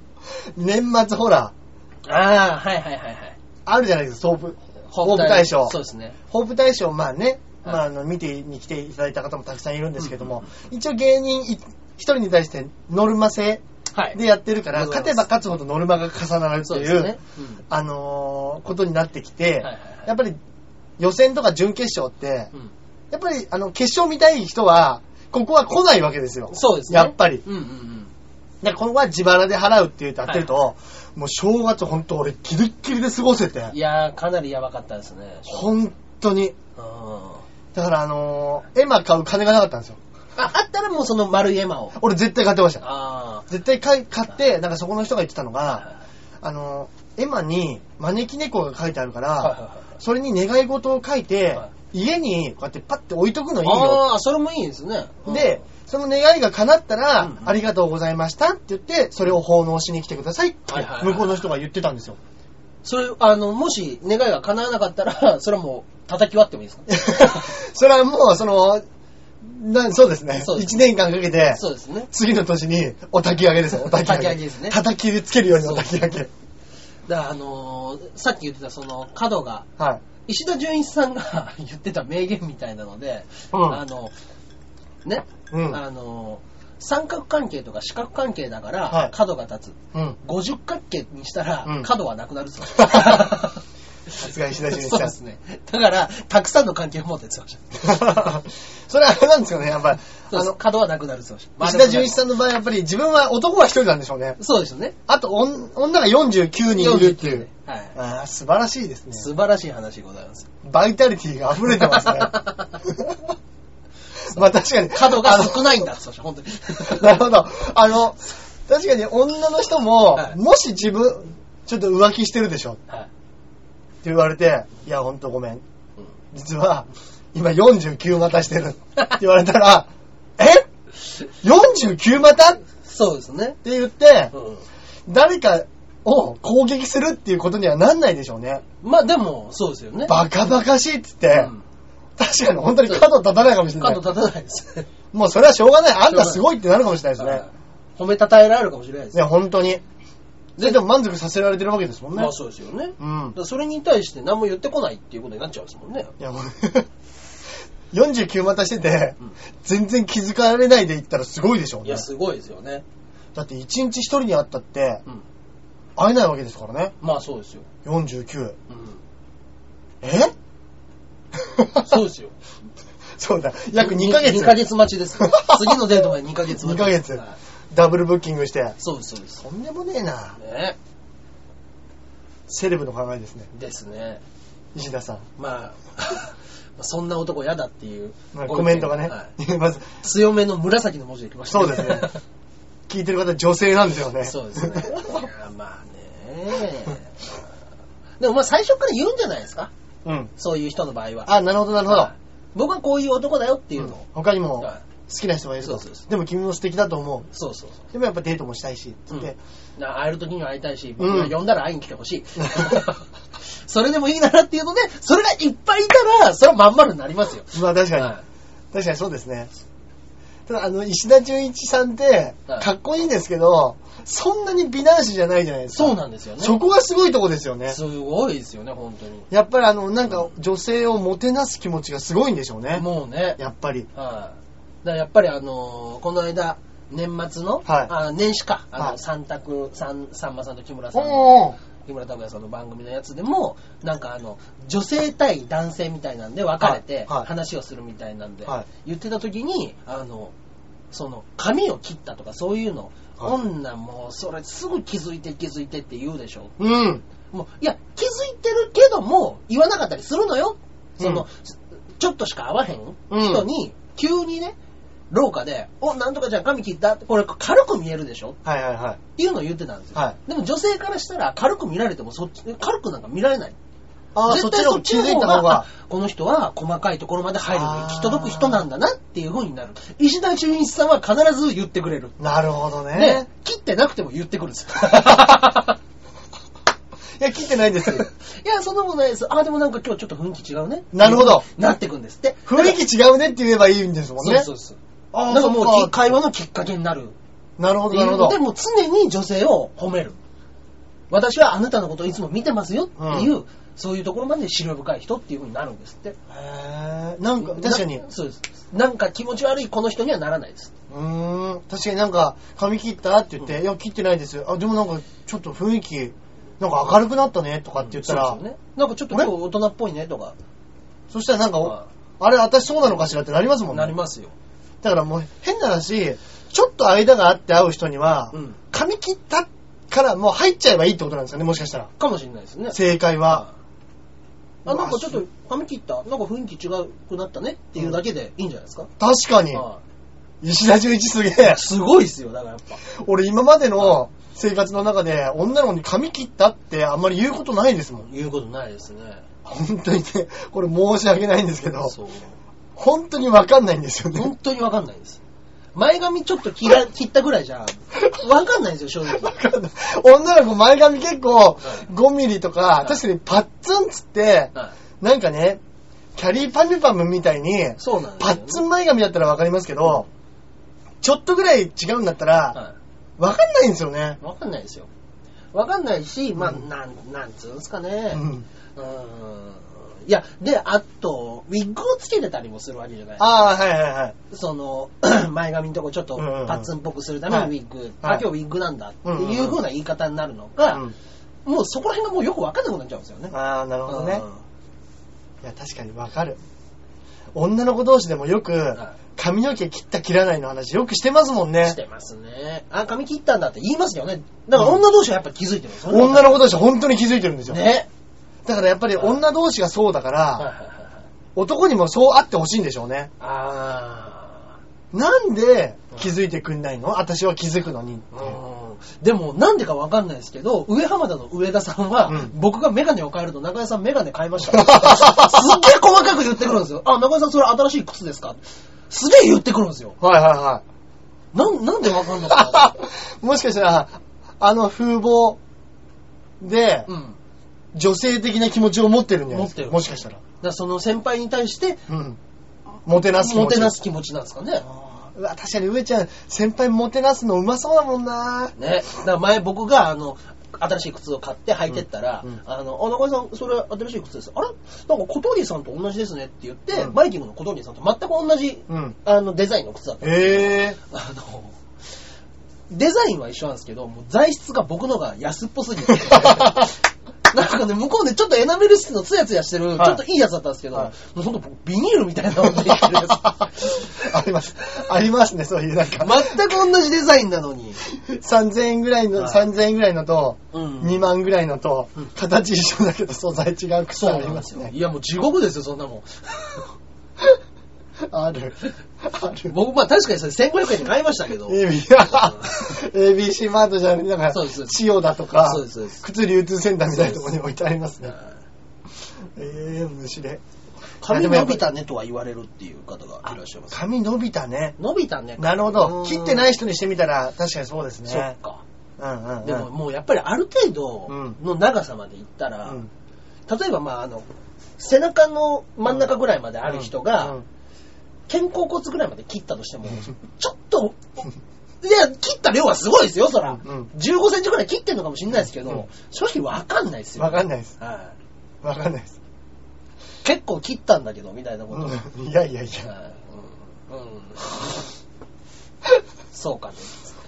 S2: 年末ほら、
S1: ああ、はいはいはいはい。
S2: あるじゃないですか、ホープ、ホープ大賞。
S1: そうですね。
S2: ホープ大賞、まあね、
S1: はい
S2: まあ、あの、見てに来ていただいた方もたくさんいるんですけども、一応芸人い一人に対してノルマ制
S1: はい。
S2: でやってるから、
S1: はい
S2: 勝てば勝つほどノルマが重なるって
S1: そう
S2: い
S1: で
S2: う、
S1: すね。
S2: あのーことになってきて、
S1: うんはいはいはい
S2: やっぱり予選とか準決勝って、
S1: うん
S2: やっぱりあの決勝見たい人は、ここは来ないわけですよ。
S1: そうですね。
S2: やっぱり。
S1: うんうんうん。
S2: で、ここは自腹で払うって言ってやってると、もう正月ほんと俺ギリッギリで過ごせて、
S1: いやー、かなりやばかったですね。
S2: 本当
S1: う
S2: に。
S1: んあ、
S2: だからあのー、絵馬買う金がなかったんですよ。
S1: あったらもうその丸い絵馬を。
S2: 俺絶対買ってました。
S1: あ
S2: 絶対買い買って、なんかそこの人が言ってたの
S1: あ。
S2: が、あのー、絵馬に招き猫が書いてあるから、
S1: はいはいはい
S2: それに願い事を書いて、
S1: は
S2: 家にこうやってパッて置いとくのいいよ。
S1: ああ、それもいいですね。うん
S2: で、、その願いが叶ったら、
S1: うんうん
S2: ありがとうございましたって言って、それを奉納しに来てくださいって
S1: はいはいはい、
S2: 向こうの人が言ってた んですよ。
S1: それ、あの、もし願いが叶わなかったら、 それはもう叩き割ってもいいですか
S2: それはもう、その、なそうですね
S1: そう。です
S2: 一年間かけて、
S1: そうですね。
S2: 次の年にお焚き上げですよ、お焚き
S1: お
S2: 上げ。
S1: 焚き上げですね
S2: 叩きつけるようにお焚き上げ。
S1: だから、あのーさっき言ってたその角が、
S2: はい。
S1: 石田純一さんが 言ってた名言みたいなので、
S2: うん
S1: あの、ね、
S2: うん
S1: あのー三角関係とか四角関係だから、
S2: はい
S1: 角が立つ。
S2: うん。
S1: 五十角形にしたら、
S2: うん
S1: 角はなくな るぞ。
S2: さすが石田純一
S1: そう
S2: さ
S1: で
S2: ん。
S1: すね。だから、たくさんの関係を持ってってました。
S2: それはあれなんですかね、やっぱり。
S1: そう
S2: あ
S1: です
S2: の、
S1: 角はなくなるそうです。
S2: 石田純一さ
S1: ん。
S2: んの場合、やっぱり自分は男は一人なんでしょうね。
S1: そうですよね。
S2: あと、おん女が49人いるっていう。
S1: はい。
S2: ああ、素晴らしいですね。
S1: 素晴らしい話でござい ます。
S2: バイタリティが溢れてます ね。まあ確かに。
S1: 角が少ないんだ。そうした 本当に。
S2: なるほど。あの、確かに女の人も、
S1: はい
S2: もし自分、ちょっと浮気してるでしょって
S1: はい。
S2: 言われて、いや、ほんとごめん
S1: うん。
S2: 実は、今49股してるって言われた ら、え ?49 股って
S1: そうですね。
S2: 言って
S1: う、ん。
S2: 誰かを攻撃するっていうことにはなんないでしょうね。
S1: まあでも、そうですよね。
S2: バカバカしいっつって、
S1: うん
S2: 確かに本当に角立たないかもしれない
S1: 角。立たないです。
S2: もうそれはしょうがない。あんたすごいってなるかもしれないですね。
S1: 褒めたたえられるかもしれないです。
S2: ね、本当に。で、でも満足させられてるわけですもんね。
S1: まあそうですよね。
S2: うん
S1: だか。らそれに対して何も言ってこないっていうことになっちゃうんですもんね。
S2: いや、もう49股してて
S1: うん、
S2: 全然気づかれないでいったらすごいでしょう
S1: い
S2: ね
S1: や、。すごいですよね。
S2: だって1日1人に会ったって
S1: うん、
S2: 会えないわけですからね。
S1: まあそうですよ。
S2: 49。
S1: うん。
S2: え
S1: そうですよ。
S2: そうだ。約2ヶ月。
S1: 2ヶ月待ちです。次のデートまで2ヶ月待ち。
S2: 二ヶ月
S1: はい
S2: ダブルブッキングして。
S1: そうです、そうです。
S2: とんでもねえな。
S1: ね。
S2: セレブの考えですね。
S1: ですね。
S2: 石田さん。
S1: まあ、 そんな男嫌だっていう
S2: まあコメントがね
S1: はい。
S2: まず、
S1: 強めの紫の文字で来ました
S2: そうですね。聞いてる方女性なんですよね。
S1: そうです ね。いや、まあね。でもまあ最初から言うんじゃないですか。
S2: うん。
S1: そういう人の場合は。
S2: あ、なるほど、なるほど
S1: は。い僕はこういう男だよっていうのを。
S2: 他にも
S1: はい
S2: 好きな人がいると
S1: そうそうそ
S2: でも君も素敵だと思
S1: そうそう
S2: う。でもやっぱデートもしたいし、つ
S1: そう。
S2: って。
S1: うんな会える時には会いたいし、
S2: うん
S1: 僕が呼んだら会いに来てほしい。 それでもいいならっていうので、それがいっぱいいたら、それはまん丸になりますよ。
S2: まあ確かに、
S1: は
S2: 確かにそうですね。ただ、あの、石田純一さんって
S1: はい、
S2: かっこいいんですけど、そんなに美男子じゃないじゃないで
S1: い
S2: すか。
S1: そうなんですよね。
S2: そこがすごいとこですよね。
S1: すごいですよね、本当に。
S2: やっぱりあの、なんか女性をもてなす気持ちがすごいんでしょうね。
S1: もうね。
S2: やっぱり。
S1: はい。だからやっぱりあのーこの間、年末の、
S2: はい
S1: あ年始か、あ
S2: は
S1: の、
S2: い
S1: 三択、三、さんまさんと木村さんの、
S2: おー
S1: 木村拓哉さんの番組のやつでも、なんかあの、女性対男性みたいなんで別れて、
S2: はいはい
S1: 話をするみたいなんで、
S2: はい
S1: 言ってた時に、あの、その、髪を切ったとかそういうの、
S2: はい
S1: 女もうそれすぐ気づいて気づいてって言うでしょ。
S2: うん。
S1: もう、いや、気づいてるけども、言わなかったりするのよ。その、
S2: うん
S1: ちょっとしか会わへん
S2: うん
S1: 人に、急にね、廊下で、お、なんとかちゃん髪切ったこれ軽く見えるでしょ
S2: はいはいはい。
S1: っていうのを言ってたんですよ。
S2: はい
S1: でも女性からしたら、軽く見られてもそっち、軽くなんか見られない。
S2: ああ、そっちの気づいた方が
S1: あ。この人は細かいところまで入るのに行き届く人なんだなっていう風になる。石田純一さんは必ず言ってくれる。
S2: なるほどね。
S1: ね、切ってなくても言ってくるんですよ。
S2: いや、切ってない です。
S1: いや、そんなもんないです。あ、でもなんか今日ちょっと雰囲気違うね。
S2: なるほど。
S1: なってくんですって。
S2: 雰囲
S1: 気
S2: 気違うねって言えばいいんですもん
S1: そう
S2: ね。
S1: そうそう。
S2: ああ、
S1: なんかもう
S2: そ
S1: き
S2: っか
S1: 会話のきっかけになる。
S2: なるほど、なるほ
S1: で
S2: ど。
S1: もう常に女性を褒める。私はあなたのことをいつも見てますよっていう、そういうところまで資料深い人っていう風になるんですって。
S2: へーなんか、確かに。
S1: な
S2: う
S1: そうです。なんか気持ち悪いこの人にはならないです。
S2: ーん。確かになんか、髪切ったって言って、いや、切ってないです。あ、でもなんか、ちょっと雰囲気、なんか明るくなったねとかって言ったら、
S1: そうですよね。なんかちょっと今日大人っぽいねとか、
S2: そしたらなんか、
S1: は
S2: あれ、私そうなのかしらってなりますもんね。
S1: なりますよ。
S2: だからもう、変な話、ちょっと間があって会う人には、
S1: うん。
S2: 髪切ったからもう入っちゃえばいいってことなんですかね、もしかしたら。
S1: かもしれないですね。
S2: 正解は。
S1: あ、なんかちょっと髪切った、なんか雰囲気違くなったねっていうだけでいいんじゃないですか。
S2: 確かに。
S1: は
S2: 石田純一すげ え
S1: い。すごいですよ、だからやっぱ。
S2: 俺今までの生活の中で女の子に髪切ったってあんまり言うことないですもん。
S1: 言うことないですね。
S2: 本当にね、これ申し訳ないんですけど、
S1: そう。
S2: 本当にわかんないんですよ
S1: 本
S2: ね。
S1: 当にわかんないです。前髪ちょっと切ら切ったぐらいじゃ、わかんないですよ、正
S2: わ
S1: 直。
S2: かんない女の子前髪結構5ミリとか
S1: い、
S2: 確かにパッツンっつって、
S1: はい。
S2: なんかね、キャリーパミュパムみたいに、
S1: そうなんです
S2: パ
S1: よね、
S2: ッツン前髪だったらわかりますけど、ちょっとぐらい違うんだったら、
S1: は
S2: わかんないんですよね。
S1: い。わかんないですよ。わかんないし、まあ、
S2: うん
S1: なん、なんつうんですか
S2: う
S1: ね。う
S2: ん。
S1: ーん。いや、で、あと、ウィッグをつけてたりもするわけじゃない。
S2: ああ、はいはいはい。
S1: その、 前髪のとこちょっと
S2: うんうんうん
S1: パッツンっぽくするためにウィッグ、
S2: はい
S1: あ、今日ウィッグなんだって
S2: うんうん
S1: いううんふうな言い方になるのが、
S2: うん
S1: もうそこら辺がもうよくわかんなくなっちゃうんですよね。
S2: ああ、なるほど
S1: うん。
S2: ねいや、確かにわかる。女の子同士でもよく
S1: は、
S2: 髪の毛切った切らないの話よくしてますもんね
S1: し。てますね。あ、髪切ったんだって言いますよね。だから女同士はやっぱ気づいてるんですよね。
S2: 女の子同士は本当に気づいてるんですよ。
S1: ね。
S2: だからやっぱり女同士がそうだか
S1: はいはい
S2: ら、
S1: はいはい
S2: 男にもそうあってほしいんでしょうね。
S1: あ
S2: なんで気づいてくんないの私は気づくのにって
S1: ー
S2: いう
S1: うんでも、なんでかわかんないですけど、上浜田の上田さんは、
S2: うん
S1: 僕がメガネを変えると、中井さんメガネ変えま した。すっげえ細かく言ってくるんですよ。あ、中井さんそれ新しい靴ですかすげえ言ってくるんですよ。
S2: はいはいはい。
S1: なん、なんでわかんのか
S2: もしかしたら、あの風貌で
S1: な。う、ん。
S2: 女性的な気持ちを持ってるんじゃないです
S1: 持って
S2: か。
S1: る
S2: もしかしたら。
S1: だからその先輩に対して、
S2: うん。もてなす気持
S1: も
S2: ち。
S1: てなす気持ちなんですかね。
S2: あー。うわ、確かに上ちゃん、先輩もてなすのうまそうだもんな。
S1: ね。だから前僕が、あの、新しい靴を買って履いてったら、
S2: うんうん
S1: あの、あ、中井さん、それ新しい靴です。あれなんか小峠さんと同じですねって言って、
S2: うん
S1: バイキングの小峠さんと全く同じ、
S2: うん。
S1: あの、デザインの靴だった。
S2: ええ
S1: あの、デザインは一緒なんですけど、もう材質が僕のが安っぽすぎ て。なんかね、向こうでちょっとエナメル質のツヤツヤしてる、
S2: はい
S1: ちょっといいやつだったんですけど、
S2: はい
S1: もうほんとビニールみたいなのでできてるや つ
S2: あります。ありますね、そういうなんか。
S1: 全く同じデザインなのに。
S2: 3000円ぐらいの、
S1: はい
S2: 3000円ぐらいのと、
S1: うん
S2: 2万ぐらいのと
S1: うん、
S2: 形一緒だけど素材違う靴
S1: そう
S2: あ
S1: な
S2: り
S1: んで
S2: ますす
S1: よ。
S2: ね。
S1: いやもう地獄ですよ、そんなもん。
S2: ある。ある。
S1: 僕、まあ確かにそれ1500円で買いましたけど。
S2: AB あ ABC マートじゃなくて、なん
S1: そ
S2: か
S1: うです、
S2: 千代だとか
S1: そうですそうで、す
S2: 靴流通センターみたいなところに置いてありますね。
S1: はい
S2: ええー、むしれ。
S1: 髪伸びたねとは言われるっていう方がいらっしゃいます。
S2: 髪伸びたね。
S1: 伸びたね。
S2: なるほど。切ってないい人にしてみたら、確かにそうですね。
S1: そっか。
S2: うんうんうん。
S1: でももうやっぱりある程度の長さまでいった
S2: う
S1: ら、
S2: ん、
S1: 例えばまああの背中の真ん中ぐらいまである人が、
S2: うん
S1: 肩甲骨ぐらいまで切ったとしても、ちょっと、いや、切った量はすごいですよ、そら。
S2: うん
S1: 15センチぐらい切ってんのかもしれないですけど、
S2: うん
S1: 正直わかんないですよ。
S2: わかんないです。
S1: は
S2: わかんないです。
S1: い結構切ったんだけど、みたいなこと。はい
S2: うんいやいやいや。
S1: うんうんそうかね。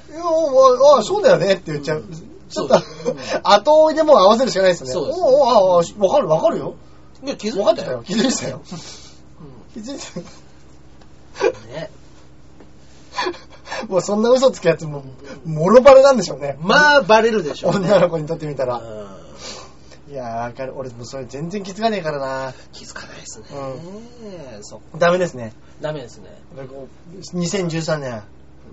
S2: いやおおあ、そうだよねって言っちゃう
S1: うん。
S2: ちょっと
S1: そうです、
S2: 後追いでもう合わせるしかないですね。
S1: そうです
S2: おおああ、わかるわかるよ。
S1: いや、気づ
S2: わか
S1: い
S2: って
S1: た
S2: た
S1: よ
S2: よ。。気づいてたよ。
S1: う
S2: 気づいて
S1: んね、
S2: たよ。 もうそんな嘘つくやつも、もろバレなんでしょうね。
S1: まあ、バレるでしょう、ね。
S2: 女の子にとってみたら。
S1: うん
S2: いやー、わかる。俺もうそれ全然気づかねえからな。
S1: 気づかないですね。そっか
S2: ダメですね。
S1: ダメですね。
S2: 俺こう2013年、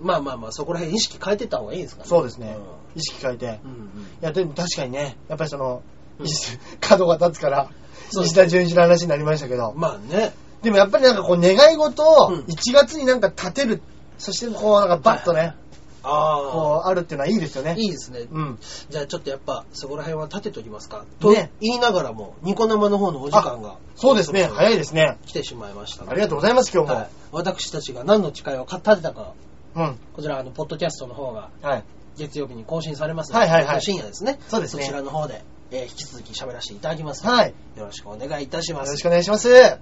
S1: まあまあまあ、そこら辺意識変えてった方がいいですかね。
S2: そうですね。意識変えて。
S1: うん。うんうん
S2: いや、でも確かにね、やっぱりその、
S1: うん
S2: 石角が立つから、
S1: そう
S2: 石田純一の話になりましたけど、
S1: まあね。
S2: でもやっぱりなんかこう、願い事を
S1: うん
S2: 1月になんか立てる、そしてこう、なんかバッとね、
S1: あ
S2: こうあるっていうのはいいですよ
S1: あ。
S2: ね。
S1: いいですね。
S2: うん。
S1: じゃあちょっとやっぱ、そこら辺は立てときますか。と
S2: ね
S1: 言いながらも、ニコ生の方のお時間が。
S2: そうですね。早い
S1: す。
S2: ですね。
S1: 来てしまいましたので。
S2: ありがとうございます、今日も。
S1: はい。私たちが何の誓いを立てたか、
S2: うん。
S1: こちら、あの、ポッドキャストの方が
S2: はい。
S1: 月曜日に更新されますので、
S2: はいはいはい
S1: 深夜ですね。
S2: そうですね
S1: そちらの方で、えー引き続き喋らせていただきます。。
S2: はいい。
S1: よろしくお願いいたし
S2: よ
S1: ま
S2: ろ
S1: す
S2: し。くお願いします。
S1: はい。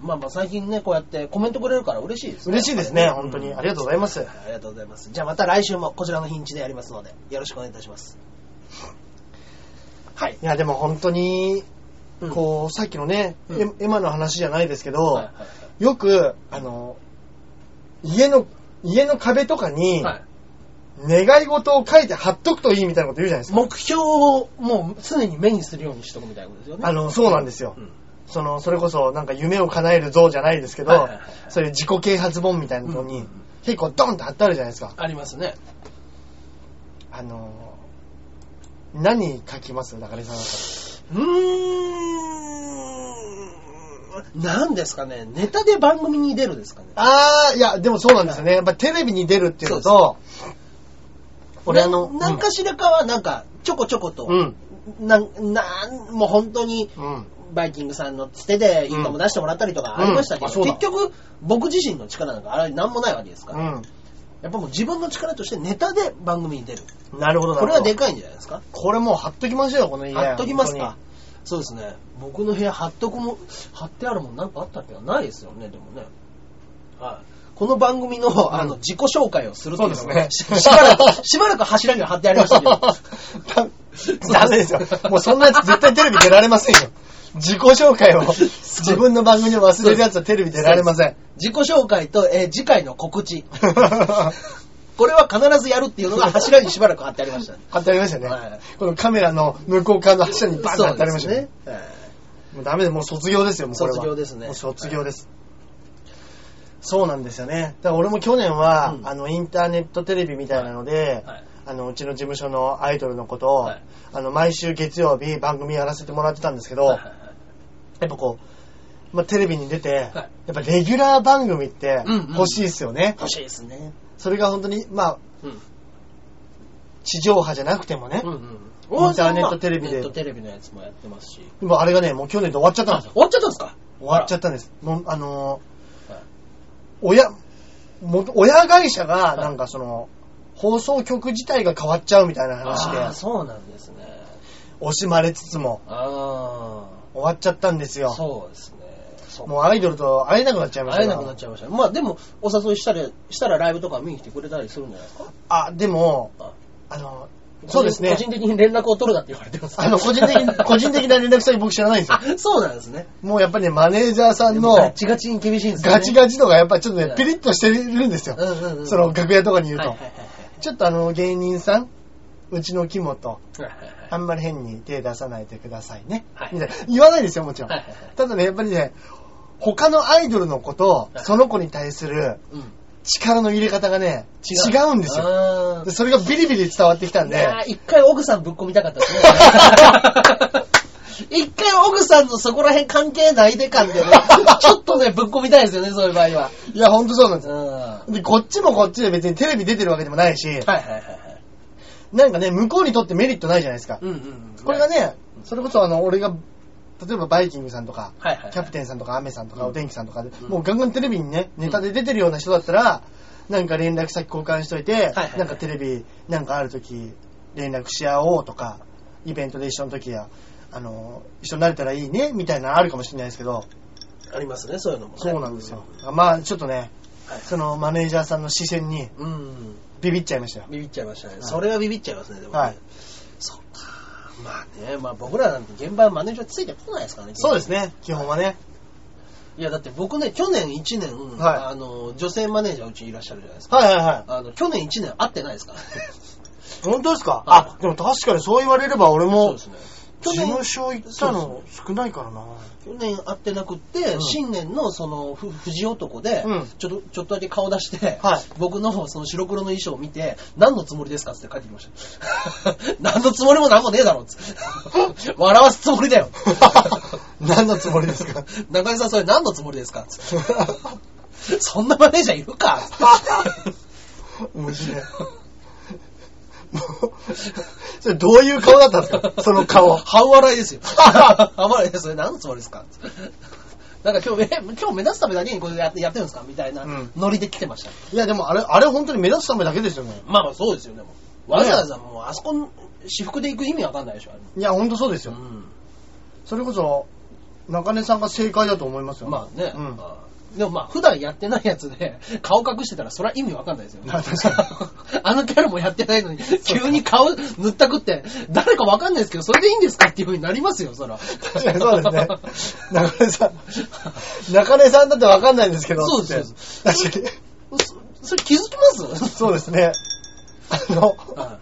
S1: まあまあ最近ね、こうやってコメントくれるから嬉しいですね。
S2: 嬉しいですね。
S1: やっぱり
S2: 本当に。ありがとうございます。
S1: ありがとうございます。じゃあまた来週もこちらのヒンチでやりますので、よろしくお願いいたします。はい。
S2: いや、でも本当に、
S1: うん
S2: こう、さっきのね、
S1: うん
S2: エエマの話じゃないですけ
S1: はい
S2: ど
S1: は、い
S2: よく、あの、家の、家の壁とかに、
S1: はい
S2: 願い事を書いて貼っとくといいみたいなこと言うじゃないですか。
S1: 目標をもう常に目にするようにしとくみたいなことですよね。
S2: あの、そうなんですよ。
S1: うん
S2: その、それこそ、なんか夢を叶える像じゃないですけど、
S1: はいはいはいはい
S2: そういう自己啓発本みたいなのに、
S1: うん
S2: 結構ドンって貼ってあるじゃないですか。
S1: ありますね。
S2: あのー、何書きます中根さんだった
S1: うーん。なんですかね。ネタで番組に出るですかね。
S2: ら。あー、いや、でもそうなんですよね。やっぱテレビに出るっていうのと、俺あの、
S1: ななんかしらかはなんか、ちょこちょこと、
S2: うん、
S1: なん、なん、もう本当に、
S2: うん、うん。
S1: バイキングさんのつてでいいのも出してもらったりとかありましたけど、
S2: うんうんあ
S1: 結局、僕自身の力なんかあれなんもないわけですから、
S2: う
S1: やっぱもう自分の力としてネタで番組に出る。
S2: ん。なるほど、な
S1: こ
S2: るほど。
S1: れはでかいんじゃないですか
S2: これもう貼っときましょうよ、この家。
S1: 貼っときますかそうですね。僕の部屋貼っとくも、貼ってあるもんなんかあったっけなないですよね、でもね。はい。この番組の、あの、自己紹介をするっていうのが
S2: そうですね
S1: ししばらく、しばらく柱には貼ってありました けど。
S2: 本当に ダダメですよ。もうそんなやつ絶対テレビ出られませんよ。自己紹介を自分の番組で忘れるやつはテレビ出られません。
S1: 自己紹介と、えー次回の告知。これは必ずやるっていうの が柱にしばらく貼ってありましたね。
S2: 貼ってありましたよね、
S1: はい
S2: このカメラの向こう側の柱にバンって貼ってありましたよね。
S1: そうですね。
S2: もうダメでもう卒業ですよ、もうこれは。
S1: 卒業ですね
S2: もう卒業です。そうなんですよね。だから俺も去年は、
S1: うん
S2: あの、インターネットテレビみたいなので、
S1: はい
S2: あの、うちの事務所のアイドルのことを、
S1: はい
S2: あの、毎週月曜日番組やらせてもらってたんですけど、
S1: はいはいはい
S2: やっぱこう、まあ、テレビに出て、
S1: い
S2: やっぱレギュラー番組って
S1: うんうん
S2: 欲しいですよね。
S1: 欲しいですね。
S2: それが本当に、まあ、
S1: うん。
S2: 地上波じゃなくてもね。
S1: うん
S2: インターネットテレビで
S1: ネットテレビのやつもやってますし。
S2: でもあれがね、もう去年で終わっちゃったん
S1: あ
S2: ですよ。
S1: 終わっちゃったんですか
S2: 終わっちゃったんです。もう、あのー
S1: はい
S2: 親、も親会社が、なんかその、放送局自体が変わっちゃうみたいな話で
S1: あー、そうなんですね。
S2: 惜しまれつつも
S1: あ
S2: 終わっちゃったんです
S1: あ。
S2: よ。
S1: そうですね。そう
S2: もうアイドルと会えなくなっちゃいました
S1: 会
S2: か
S1: え
S2: ら
S1: なくなっちゃいましたね。まあでも、お誘いしたら、したらライブとか見に来てくれたりするんじゃないですか
S2: あ、でも
S1: あ、
S2: あの、そうですね
S1: 個。人的に連絡を取るなって言われてます。
S2: あの、個人 的に、個人的な連絡先僕知らないんですよ
S1: あ。そうなんですね。
S2: もうやっぱりね、マネージャーさん
S1: でもガ
S2: の
S1: チガチに厳しいんですね。
S2: ガチガチとかやっぱちょっと
S1: う
S2: ね
S1: ん、
S2: ピリッとしてるんですよ
S1: う。んうんうん。
S2: その楽屋とかにいる
S1: はいは
S2: と
S1: い。
S2: ちょっとあの、芸人さん、うちの肝と、
S1: はいはい。はいはい
S2: あんまり変に手出さないでくださいね。
S1: はい
S2: みたいな。言わないですよ、もちろん
S1: はいはいはい。
S2: ただね、やっぱりね、他のアイドルの子と、
S1: はい
S2: その子に対する
S1: うん
S2: 力の入れ方がね、違う違うんですよ。
S1: あー
S2: でそれがビリビリ伝わってきたん
S1: い
S2: で、
S1: やー一回奥さんぶっ込みたかったですね。 一回奥さんとそこら辺関係ないでかんでね、ちょっとね、ぶっ込みたいですよね、そういう場合は。
S2: いや、ほんとそうなんで
S1: うん。は
S2: す。で、こっちもこっちで別にテレビ出てるわけでもないし
S1: い、はいはいはい。
S2: なんかね、向こうにとってメリットないじゃないですか。
S1: うんうんうん。
S2: これが、ね、それこそあの、俺が、例えばバイキングさんとか、
S1: はいはいはい。
S2: キャプテンさんとか、アメさんとか、
S1: うん
S2: お天気さんとかで、
S1: うん
S2: もうガンガンテレビにね、ネタで出てるような人だったら、なんか連絡先交換しといて
S1: いはいは、い
S2: なんかテレビ、なんかある時、連絡し合おうとか、イベントで一緒の時や、あの、一緒になれたらいいね、みたいなのあるかもしれないですけど、
S1: ありますね、そういうのもね。
S2: そうなんですよ。まあ、ちょっとね
S1: はい、
S2: そのマネージャーさんの視線に
S1: うん。うん。
S2: ビビっちゃいましたよ。
S1: ビビっちゃいましたね。
S2: い
S1: それはビビっちゃいますね、でもね。
S2: はい
S1: そっか。まあね、まあ僕らなんて現場マネージャーついてこないですからね。
S2: そうですね、基本はね。
S1: いや、だって僕ね、去年1年、
S2: はい
S1: あの、女性マネージャーうちいらっしゃるじゃないですか。
S2: はいはいはい。
S1: あの、去年1年会ってないですからね。
S2: 本当です
S1: は
S2: かあ、でも確かにそう言われれば俺
S1: そう
S2: も
S1: で、すね。
S2: 事務所行ったの少ないからな。
S1: 去年会ってなくって、
S2: うん
S1: 新年のそのふ藤男で、
S2: うん
S1: ちょっとちょっとだけ顔出して、
S2: はい
S1: 僕のその白黒の衣装を見て何のつもりですかっつって帰ってきました 何のつもりも何もねえだろっつって 笑わすつもりだよ
S2: 何のつもりですか
S1: 中根さんそれ何のつもりですかっつって そんなマネージャーいるかっつって
S2: 面白い。もうそれどういう顔だったん です かその顔。
S1: 半笑いですよ。 半笑いです。それ何のつもりですかなんか今日、え、今日目立つためだけにこれやってやってるんですかみたいな
S2: うん
S1: ノリで来てました。
S2: いや、でもあれ、あれ本当に目立つためだけですよね。
S1: まあまあそうですよ、でも。わざわざもうあそこの私服で行く意味わかんないでしょ、あれ
S2: いや、本当そうですよ。
S1: うん
S2: それこそ、中根さんが正解だと思いますよ。
S1: まあね、
S2: うん。
S1: うんでもまあ普段やってないやつで顔隠してたらそれは意味わかんないですよね。
S2: あ確か
S1: あのキャラもやってないのに急に顔塗ったくって誰かわかんないですけどそれでいいんですかっていう風になりますよ、そら。
S2: 確かにそうですね。中根さ ん、 中根さんだってわかんないんですけど。
S1: そうです
S2: って確か
S1: そそれ気づきま
S2: に。
S1: す
S2: そうですね。あの、
S1: は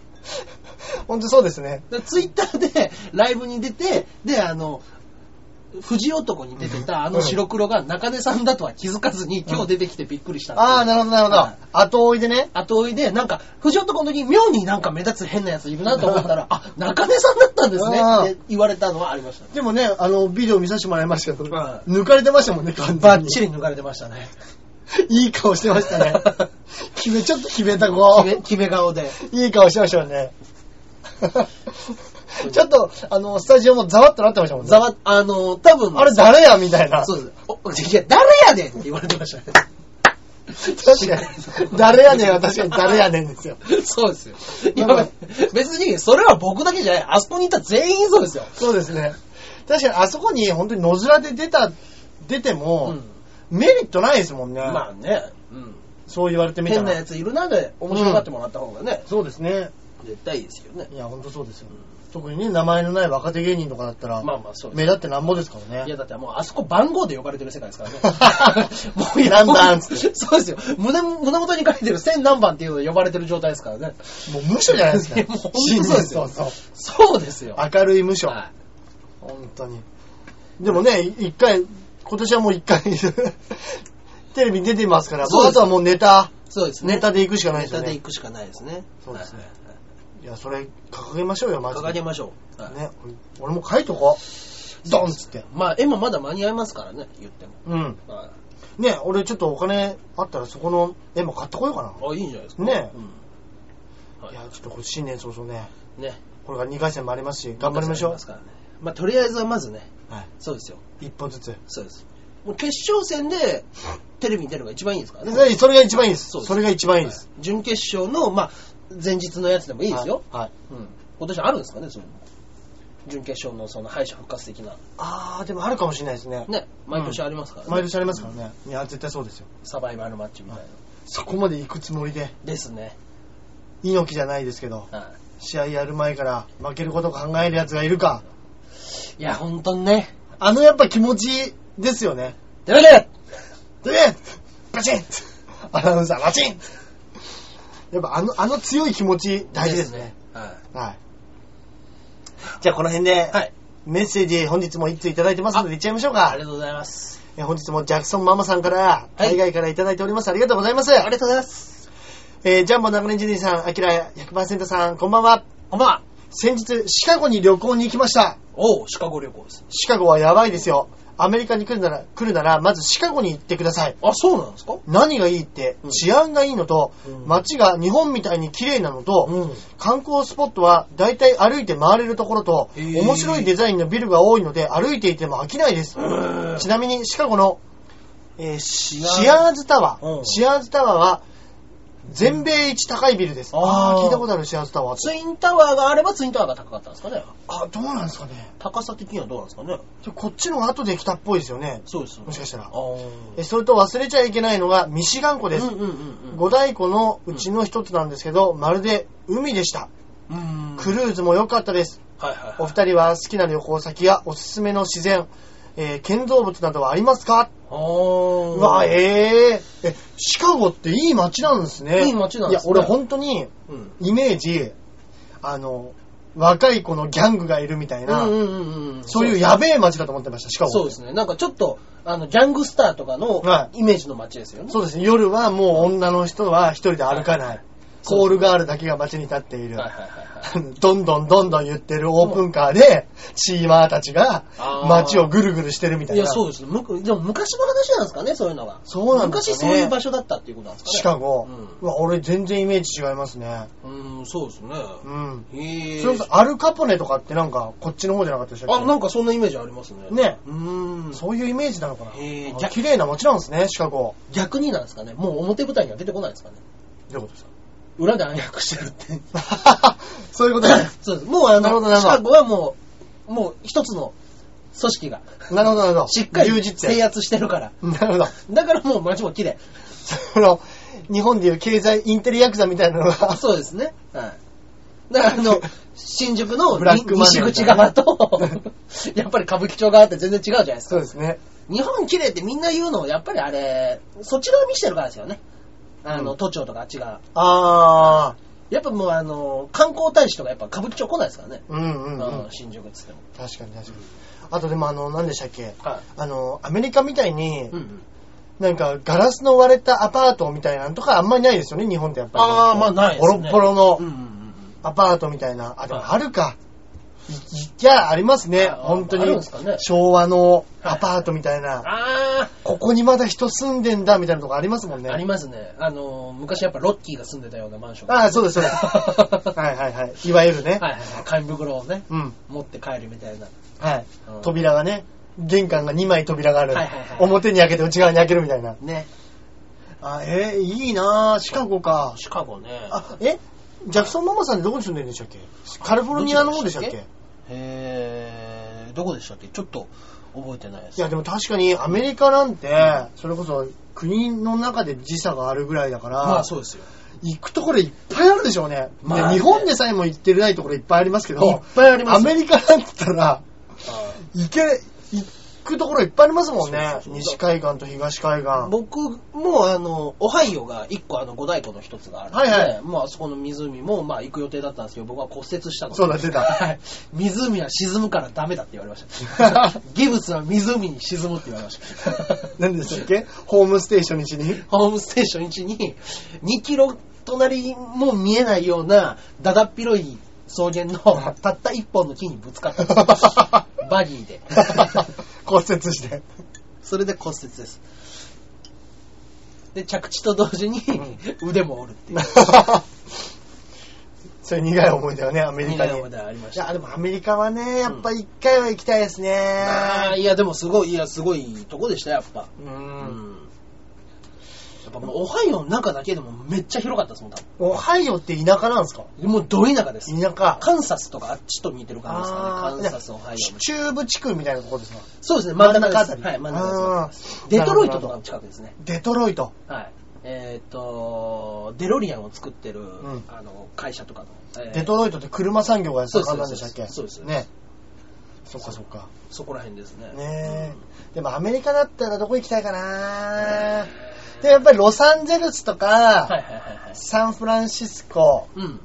S2: 本当そうですね。
S1: い。ツイッターでライブに出て、で、あの、藤男に出てたあの白黒が中根さんだとは気づかずに今日出てきてびっくりしたっていう。
S2: ああ、なるほど、なるほ
S1: はい
S2: ど。後追いでね。
S1: 後追いで、なんか、藤男の時に妙になんか目立つ変なやついるなと思ったら、あ、中根さんだったんですね
S2: あー
S1: って言われたのはありましたね。
S2: でもね、あの、ビデオ見させてもらいましたけど、
S1: は
S2: 抜かれてましたもんね、完
S1: バ
S2: 全
S1: ッ
S2: に。
S1: チリ抜かれてましたね。
S2: いい顔してましたね。 決め、ちょっと決めた子。
S1: 決め決め顔で。
S2: いい顔してました よね。ちょっと、あの、スタジオもざわっとなってましたもんね。
S1: ざわ、あのー、多分
S2: あれ誰やみたいな。
S1: そうです。おいや、誰やねんって言われてましたね。
S2: 確か に。誰やねんは確かに誰やねんですよ。
S1: そうですよ。いや別に、それは僕だけじゃない。あそこにいた全員そうですよ。
S2: そうですね。確かにあそこに本当に野面で出た、出て
S1: う
S2: も、
S1: ん。
S2: メリットないですもんね。
S1: まあね。うん。
S2: そう言われてみた
S1: 変な
S2: ら
S1: や。ついるなで面白がってもらった方がね、
S2: そうですね。
S1: 絶対いいですよね。
S2: いや、本当そうですよ。特にね、名前のない若手芸人とかだったら、
S1: まあまあそうです
S2: 目立ってなんぼですから
S1: い
S2: ね
S1: や。だってもうあそこ番号で呼ばれてる世界ですからね。もう
S2: 何番っつ っ
S1: そうですよ。胸胸元に書いてる千何番っていうので呼ばれてる状態ですからね。
S2: もう無所じゃないですか。
S1: いやもう本当そうですよ
S2: そうそう。
S1: そうですよ。
S2: 明るい無所。
S1: はい
S2: 本当に。でもね、一回、今年はもう一回、 テレビに出てますから、
S1: そうです
S2: もうあとはもうネタ、
S1: そうですね。
S2: ネタで行くしかないですよ
S1: ネタで
S2: ね
S1: 行。くしかないですね。
S2: そうですね
S1: はいはい
S2: いや、それ掲げましょうよ、マジ
S1: 掲げ
S2: で。
S1: ましょう。はい
S2: ね、俺も書いとこう。ドンっつって。
S1: まあ、絵もまだ間に合いますからね、言っても。
S2: うん。
S1: はい
S2: ね、俺ちょっとお金あったらそこの絵も買ってこようか
S1: あ、いいんじゃないですか。
S2: ね
S1: うんは
S2: な。
S1: い
S2: いや、ちょっとこれ新年早々ね、
S1: ね。
S2: これから2回戦もありますし、頑張りましょ
S1: 頑張りすからねまあ、とりあえずはまずね、
S2: はい
S1: そうですよ。
S2: う。一歩ずつ。
S1: そうです。もう決勝戦でテレビに出るのが一番いいですからね。
S2: でそれが一番いいです。
S1: そうです
S2: それが一番いいです。
S1: 準決勝の、まあ、前日のやつでもいいですよ。
S2: はい。はい
S1: うん。今年あるんですかね、そういうの。準決勝のその敗者復活的な。
S2: あー、でもあるかもしれないですね。
S1: ね、毎年ありますからね。
S2: 毎年ありますからね。いや、絶対そうですよ。
S1: サバイバルマッチみたいな。
S2: そこまで行くつもりで、
S1: ですね。
S2: 猪木じゃないですけど、
S1: は
S2: 試合やる前から負けることを考えるやつがいるか。
S1: い。いや、本当にね。
S2: あのやっぱ気持ちですよね。
S1: 出られ
S2: で、バチンアナウンサーバチンやっぱあの、あの強い気持ち大事ですね。。
S1: は
S2: はい。じゃあこの辺で、
S1: い。はい。
S2: メッセージ本日も一通いただいてますのでいっちゃいましょう
S1: あ
S2: か
S1: り。がとうございます。
S2: え本日もジャクソンママさんから、
S1: はい
S2: 海外からいただいております。ありがとうございます。
S1: ありがとうございます。
S2: えージャンボ長年ジュニーさん、アキラ100%さん、こんばんは。
S1: こんばんは。
S2: 先日、シカゴに旅行に行きました。
S1: おう、シカゴ旅行です。
S2: シカゴはやばいですよ。アメリカに来るなら、来るなら、まずシカゴに行ってください。
S1: あ、そうなんですか
S2: 何がいいって
S1: う、ん
S2: 治安がいいのと、
S1: うん
S2: 街が日本みたいに綺麗なのと、
S1: うん
S2: 観光スポットは大体歩いて回れるところと、
S1: へー
S2: 面白いデザインのビルが多いので、歩いていても飽きないです。
S1: ーん
S2: ちなみに、シカゴの、えーシ
S1: アーズ
S2: シアーズタワー、
S1: うん
S2: シアーズタワーは、全米一高いビルです。
S1: うん
S2: あ
S1: あ
S2: あ、
S1: ー
S2: 聞いたことあるシアーズタワーって。
S1: ツインタワーがあればツインタワーが高かったんですかね。
S2: あ、どうなんですかね。
S1: 高さ的にはどうなんですかね。
S2: ちょこっちの方が後で来たっぽいですよね。
S1: そうです。
S2: もしかしたら
S1: ああ。
S2: えそれと忘れちゃいけないのがミシガン湖です。
S1: うんうんうん
S2: 五大湖のうちの一つなんですけど、まるで海でした。
S1: うん。うん。
S2: クルーズも良かったです。
S1: はいはいはい。
S2: お二人は好きな旅行先やおすすめの自然、えー建造物などはありますか、
S1: あー
S2: うわ、えー、え、シカゴっていい街なんですね。
S1: いい街なんですね
S2: いや、俺本当に
S1: うん。
S2: イメージ、あの、若い子のギャングがいるみたいな、
S1: うんうんうんうん。
S2: そういうやべえ街だと思ってました、シカゴ。
S1: そうですね。なんかちょっと、あの、ギャングスターとかの
S2: は
S1: イメージの街ですよね。
S2: そうですね。夜はもう女の人は一人で歩かない。
S1: そう
S2: コールガールだけが街に立っている。
S1: はいはいはいはい。
S2: どんどんどんどん言ってるオープンカーで、チーマーたちが
S1: あー
S2: 街をぐるぐるしてるみたい
S1: い
S2: な。
S1: や、そうですね。むでも昔の話なんですかね、そういうのが。
S2: そうなんです
S1: 昔
S2: ね
S1: そういう場所だったっていうことなんですかね。
S2: シカゴ。
S1: う
S2: うわ、俺全然イメージ違いますね。
S1: ん。うん、そうですね。
S2: うん。
S1: へえ。
S2: それこそアルカポネとかってなんか、こっちの方じゃなかったでしたっ
S1: あ、
S2: け
S1: なんかそんなイメージありますね。
S2: ね。
S1: うーん。
S2: そういうイメージなのかな。
S1: へー
S2: あ綺麗な街なんですね、シカゴ。
S1: 逆になんですかね。もう表舞台には出てこないですかね。
S2: どういうことです
S1: 裏で暗躍してる って。
S2: かそういうことね。
S1: そうです。もうあ
S2: なるほどな
S1: の、
S2: る
S1: シ
S2: ほど
S1: カゴはもう、もう一つの組織が、
S2: なるほど、なるほど。
S1: しっか
S2: 充
S1: り
S2: 実性
S1: 制圧してるから。
S2: なるほど。
S1: だからもう街も綺麗。
S2: その、日本でいう経済インテリヤクザみたいなのが、
S1: そうですね。はい。だから あの、新宿の
S2: ブラックマネ
S1: 西
S2: ー
S1: 口側と、 やっぱり歌舞伎町側って全然違うじゃないです
S2: そう
S1: か
S2: で。すね。
S1: 日本綺麗ってみんな言うの、やっぱりあれ、そっち側見してるからですよね。あの、
S2: うん
S1: 都庁とかあっち側。
S2: あ
S1: やっぱもうあの、観光大使とかやっぱ歌舞伎町来ないですからね。
S2: ー。うんうんうん
S1: うん。新宿っつっても。
S2: 確かに確かに。あとでもあの、何でしたっけ
S1: は
S2: あの、アメリカみたいに、
S1: うんうん。
S2: なんかガラスの割れたアパートみたいなのとかあんまりないですよね、日本ってやっぱり。
S1: あーまあないですね
S2: ボロッボロ
S1: うんう
S2: の
S1: んうん
S2: アパートみたいな。あ、で
S1: はい
S2: もあるか。いいや、ありますね。
S1: あー
S2: 本当
S1: あるん
S2: に
S1: ですかね。
S2: 昭和のアパートみたいな。
S1: あ
S2: ここにまだ人住んでんだみたいなとこありますもん
S1: ー、
S2: ね。
S1: ありますね。あの、昔やっぱロッキーが住んでたようなマンション。
S2: ああ、そうです、そう です。はいはいはい。いわゆるね。
S1: はいはいはい。紙袋をね、
S2: うん。
S1: 持って帰るみたいな。
S2: はい
S1: うん。
S2: 扉がね、玄関が2枚扉がある
S1: はいはいはい。
S2: 表に開けて内側に開けるみたいな。
S1: ね。
S2: あ、えー、いいなぁ、シカゴか。
S1: シカゴね。
S2: あ、えジャクソンママさんってどこに住んでるんでしたっけカリフォルニアの方でしたっ
S1: どっ
S2: け
S1: ちへー、どこでしたっけちょっと覚えてないで
S2: い
S1: す。
S2: や、でも確かにアメリカなんて、それこそ国の中で時差があるぐらいだから、
S1: まあそうですよ。
S2: 行くところいっぱいあるでしょうね。
S1: まあ
S2: で
S1: ね
S2: 日本でさえも行ってないところいっぱいありますけど、
S1: いっぱいあります
S2: アメリカなんて言ったら、行け、行くところいっぱいありますもんね。
S1: そうそうそう
S2: 西海岸と東海岸。
S1: 僕もあの、オハイオが一個あの五大湖の一つがあるんで、
S2: はいはい
S1: まあそこの湖もまあ行く予定だったんですけど、僕は骨折したので。
S2: そうだ出た
S1: はい。湖は沈むからダメだって言われま した。ギブスは湖に沈むって言われました。
S2: 何でしたっけホームステーション1に。
S1: ホームステーション1に2キロ隣も見えないようなだだっ広い草原のたった1本の木にぶつかったんです よバギーで
S2: 骨折 して。
S1: それで骨折ですで着地と同時に腕も折るっ ていう
S2: そういう苦い思い出はね、アメリカ
S1: 苦い
S2: に。
S1: 思い出がありまし
S2: い
S1: た
S2: や、でもアメリカはね、やっぱ一回は行きたいですね。
S1: あーいやでもすごいいやすごいとこでしたやっぱ
S2: う。
S1: うんんやっぱもうオハイオの中だけでもめっちゃ広かったですもん多
S2: オハイオって田舎なんですか
S1: 分もうど田舎です
S2: 田舎。
S1: カンサスとかあっちと似てる感じですか
S2: あ
S1: ね
S2: ー
S1: カンサスオハイオみたいな
S2: 中部地区みたいなとこですか
S1: そうですね、真ん中
S2: 真ん中あたり
S1: はい、真ん中
S2: あ
S1: です
S2: ー
S1: デトロイトとかの近くですね。
S2: デトロイト。
S1: はい。えっ、と、デロリアンを作ってる、
S2: ん
S1: あの、会社とかの、えー
S2: デトロイトって車産業が盛んなんでしたっけ
S1: そうですそうですそうで
S2: ね。そっかそっか。
S1: そこら辺ですね。
S2: ねえ。でもアメリカだったらどこ行きたいかなで、やっぱりロサンゼルスと
S1: うんはい
S2: か、
S1: はいはいはい。
S2: サンフランシスコ、
S1: うん。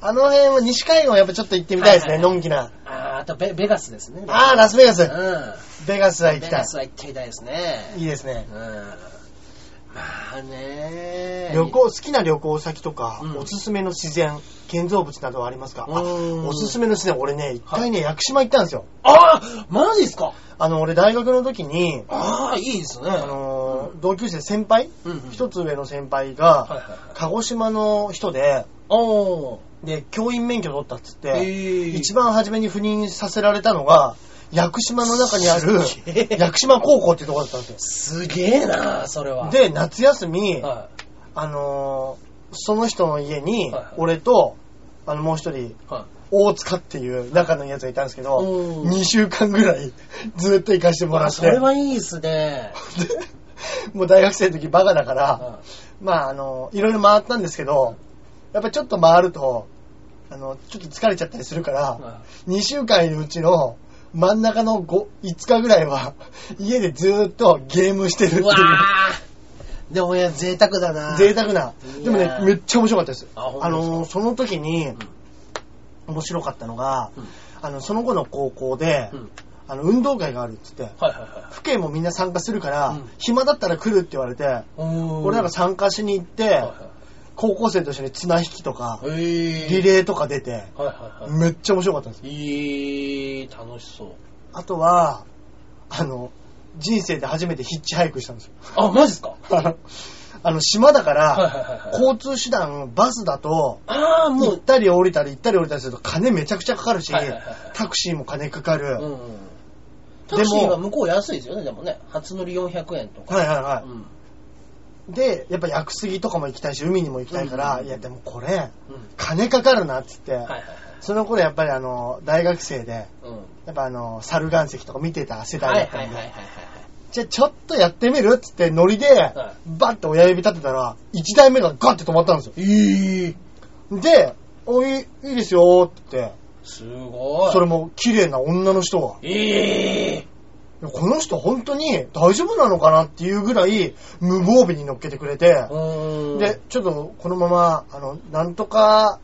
S2: あの辺は西海岸はやっぱちょっと行ってみたいです
S1: は
S2: ね、
S1: いはいはい
S2: のんきな。
S1: あーあとベ、ベガスですね。
S2: あー、ラスベガス。
S1: う
S2: ベガスは
S1: ん。
S2: 行
S1: ベ
S2: きたい
S1: ガ。スは行ってみたいですね。
S2: いいですね
S1: うん。。まあね
S2: 旅行、好きな旅行先とか、
S1: うん
S2: おすすめの自然、建造物などはありますかあ
S1: うーん
S2: おすすめの自然、俺ね、一回ね、屋久島行ったんですよ。
S1: ああマジですか
S2: あの、俺大学の時に、
S1: ああ、いいですね。
S2: あのー、同級生先輩、
S1: うんうん
S2: 一つ上の先
S1: はい
S2: 輩
S1: はい
S2: が、
S1: はい。
S2: 鹿児島の人で、
S1: おー。
S2: で、教員免許取ったっつっ
S1: え
S2: て、
S1: ー
S2: 一番初めに赴任させられたのが、屋久島の中にある
S1: すげえ、
S2: 屋久島高校っていうところだったんですよ。
S1: すげえなそれは。
S2: で、夏休み、
S1: は
S2: あのーその人の家に
S1: はいはい、
S2: 俺と、あの、もう一人、
S1: い。はい。
S2: 大塚っていう仲のいいやつがいたんですけど、
S1: うん
S2: 2週間ぐらいずっと行かしてもらっ
S1: そ
S2: て
S1: れ、はいいですね。
S2: もう大学生の時バカだから、
S1: は
S2: まあ、あの、いろいろ回ったんですけど、やっぱちょっと回ると、あの、ちょっと疲れちゃったりするから、2週間いるうちの真ん中の 5, 5日ぐらいは、 家でずっとゲームしてるって
S1: い
S2: いう
S1: わーでもいや、贅沢だな
S2: 贅沢な。でも
S1: いやー
S2: ね、めっちゃ面白かったです。
S1: あ
S2: あ
S1: 本当ですか
S2: の、その時に
S1: ん、
S2: 面白かったのが、
S1: うん
S2: あの、その後の高校で、
S1: うん。
S2: あの、運動会があるって言って、
S1: はいはいはい。
S2: 府警もみんな参加するから、
S1: うん
S2: 暇だったら来るって言われて、
S1: おー
S2: 俺らが参加しに行って、
S1: はいはい
S2: 高校生と一緒に綱引きとか、
S1: え
S2: リレーとか出て、
S1: ー。はいはいは
S2: めっちゃ面白かったんですよ。
S1: い。いい、楽しそう。
S2: あとは、あの、人生で初めてヒッチハイクしたんですよ。
S1: あ、マジっすか
S2: あのあの、島だか
S1: はい
S2: ら、
S1: はいはいはい。
S2: 交通手段、バスだと、
S1: ああ、も
S2: 行っ
S1: う、
S2: たり降りたり行ったり降りたりすると金めちゃくちゃかかるし
S1: はいはいはいはい、
S2: タクシーも金かかる。
S1: う
S2: は
S1: んうん。タクシーは向こう安いですよね、でもね。初乗り400円とか。
S2: いはいは
S1: うん。
S2: い。で、やっぱ屋久杉とかも行きたいし、海にも行きたいか
S1: うんうん
S2: ら、
S1: うん
S2: いやでもこれ、
S1: うん。
S2: 金かかるなっつって
S1: はい、はいはい。
S2: その頃やっぱりあの、大学生で、
S1: うん。
S2: やっぱあの、猿岩石とか見てた世
S1: は
S2: 代だ
S1: い
S2: った
S1: はいはい
S2: ん
S1: はい
S2: で、じゃあちょっとやってみるっつってノリで、
S1: は
S2: バッて親指立てたら、1台目がガッて止まったんですよ。
S1: い。ええ。
S2: で、おい、いいですよって言って、
S1: すごい。
S2: それも綺麗な女の人が、
S1: ええ。
S2: いやこの人本当に大丈夫なのかなっていうぐらい無防備に乗っけてくれて、
S1: うん。
S2: で、、ちょっとこのまま、あの、なんとか、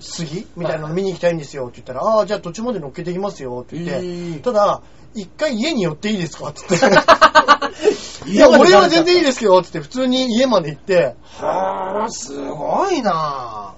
S2: 杉みたいなの見に行きたいんですよって言ったら、ああ、じゃあ途中まで乗っけてきますよって言って、
S1: えー
S2: ただ、一回家に寄っていいですかって言って、い
S1: い
S2: や、俺は全然いいですけどって言って、普通に家まで行って、
S1: はあ、すごいな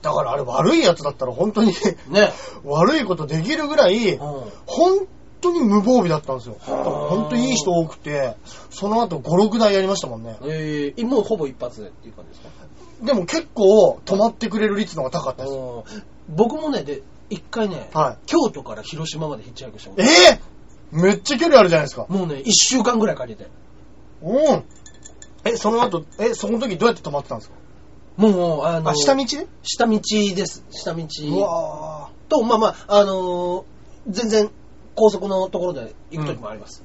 S2: だからあれ悪いやつだったら本当に
S1: ぁ。ね。
S2: 悪いことできるぐらい、
S1: うん。
S2: 本当に無防備だったんですよ。だから
S1: はあ
S2: 本当にいい人多くて、その後5、6台やりましたもんね。
S1: ええ、もうほぼ一発でっていう感じですか
S2: でも結構止まってくれる率の方が高かったです。
S1: うん僕もね、で、一回ね、
S2: はい
S1: 京都から広島までヒッチハイクしたこと
S2: ええめっちゃ距離あるじゃないですか。
S1: もうね、一週間ぐらいかけて。
S2: うん。え、その後、え、その時どうやって止まってたんですか
S1: もう、あの、
S2: あ、下道で
S1: 下道です。下道
S2: うわ
S1: と、まあまあ、あのー全然、高速のところで行く時もあります。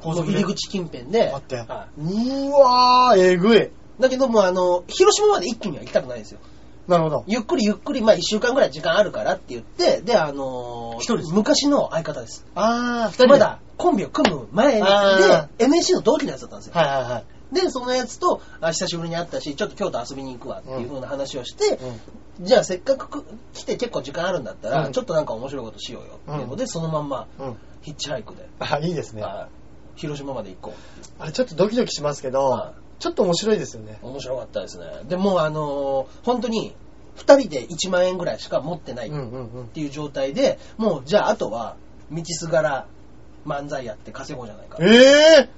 S2: ー
S1: 高速入り。口近辺で。
S2: あって
S1: は
S2: うわー、えぐい。
S1: いだけどもう、あの、広島まで一気には行きたくないんですよ。
S2: なるほど。
S1: ゆっくりゆっくり、まあ、一週間ぐらい時間あるからって言って、で、あのー
S2: 一人ですか
S1: 昔の相方です。
S2: あー、二人で
S1: ま。だコンビを組む前で
S2: あ、
S1: NSC の同期のやつだったんですよ。
S2: はいはいはい。
S1: で、そのやつと、あ久しぶりに会ったし、ちょっと京都遊びに行くわっていう風な話をして、じゃあせっかくく来て結構時間あるんだったら、
S2: うん
S1: ちょっとなんか面白いことしようよっていうので、そのまんま
S2: うん。うん。
S1: ヒッチハイクで、
S2: あ、いいですね。あ
S1: あ広島まで行こ
S2: れちょっとドキドキしますけ
S1: は
S2: ど、ちょっと面白いですよね。
S1: う。面白かったですね。でもうあのー本当に2人で1万円ぐらいしか持ってないっ
S2: うんうんうん。
S1: ていう状態で、もうじゃああとは道すがら漫才やって稼ごうじゃないか。だか
S2: え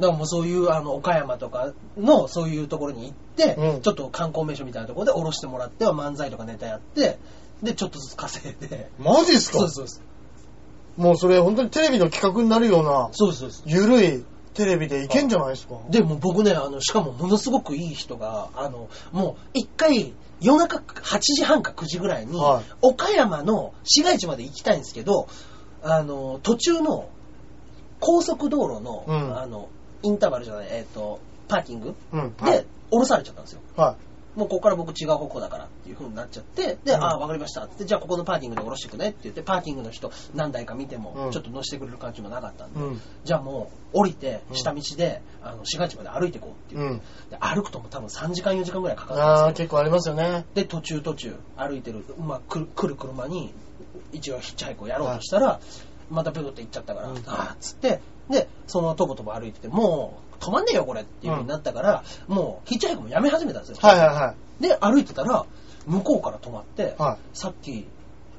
S1: らもうそういうあの岡山とかのそういうところに行って、
S2: うん
S1: ちょっと観光名所みたいなところで降ろしてもらっては漫才とかネタやって、で、ちょっとずつ稼いで。
S2: ー、マジです
S1: そう
S2: か
S1: ですそうです。
S2: もうそれ本当にテレビの企画になるような、
S1: そうですそうです。
S2: ゆるいテレビでいけんじゃないですか。
S1: で、もう僕ね、あの、しかもものすごくいい人が、あの、もう一回、夜中8時半か9時ぐらいに、
S2: はい
S1: 岡山の市街地まで行きたいんですけど、あの、途中の高速道路の、
S2: うん
S1: あの、インターバルじゃない、えっ、と、パーキング
S2: うん。はい
S1: で、降ろされちゃったんですよ。
S2: は
S1: もうここから僕違う方向だからっていう風になっちゃって、で、
S2: うん
S1: ああ、わかりましたって、じゃあここのパーキングで降ろしてくねって言って、パーキングの人何台か見て
S2: う
S1: も
S2: ん、
S1: ちょっと乗せてくれる感じもなかったん
S2: い。
S1: で、
S2: うん。
S1: じゃあもう降りて、
S2: うん
S1: 下道で、あの、市街地まで歩いていこうっていう。
S2: うん。
S1: で歩くともう多分3時間4時間ぐらいかか
S2: あ
S1: るん
S2: あ、
S1: ですよ
S2: 結構ありますよね。
S1: で途中途中歩いてる、まあ、くる来る車に一応ヒッチハイクをやろうとしたら、またペコって行っちゃったから、
S2: うん
S1: ああっつってでそのとぼとぼ歩いててもう止まんねえよこれっていう風になったから、もうヒッチハイクもやめ始めたんですよ、
S2: はいはいは
S1: で歩いてたら向こうから止まって、
S2: い。はい。
S1: さっき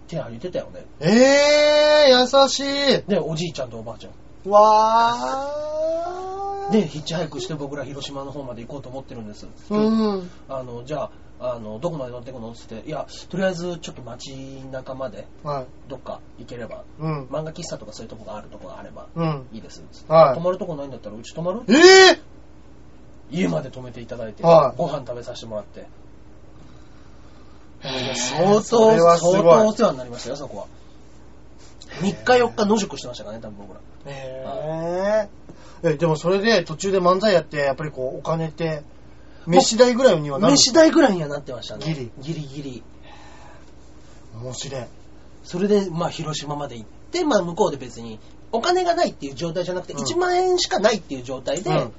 S1: 手挙げてたよね
S2: ええー、優し
S1: でおじいちゃんとおばあちゃん
S2: い。わー。
S1: でヒッチハイクして僕ら広島の方まで行こうと思ってるんです
S2: うん。
S1: あのじゃああのどこまで乗ってくのって言っていやとりあえずちょっと街中まで
S2: はい。
S1: どっか行ければ
S2: うん。
S1: 漫画喫茶とかそういうとこがあるとこがあれば
S2: うん。
S1: いいですっつって泊
S2: は
S1: まるとこないんだったらうち泊まる
S2: い。え
S1: 家まで泊めていただいて、
S2: はい
S1: ご飯食べさせてもらって
S2: え
S1: 相当
S2: それは
S1: 相
S2: すごい
S1: 当お世話になりましたよそこは3日4日野宿してましたからね多分僕ら
S2: ええでもそれで途中で漫才やって、やっぱりこう、お金って、飯代ぐらいにはなる。
S1: 飯代ぐらいにはなってましたね
S2: ギリ
S1: ギリギリ
S2: 面白い。
S1: それで、まあ、広島まで行って、まあ、向こうで別に、お金がないっていう状態じゃなくて、
S2: うん
S1: 1万円しかないっていう状態
S2: う
S1: で
S2: ん、。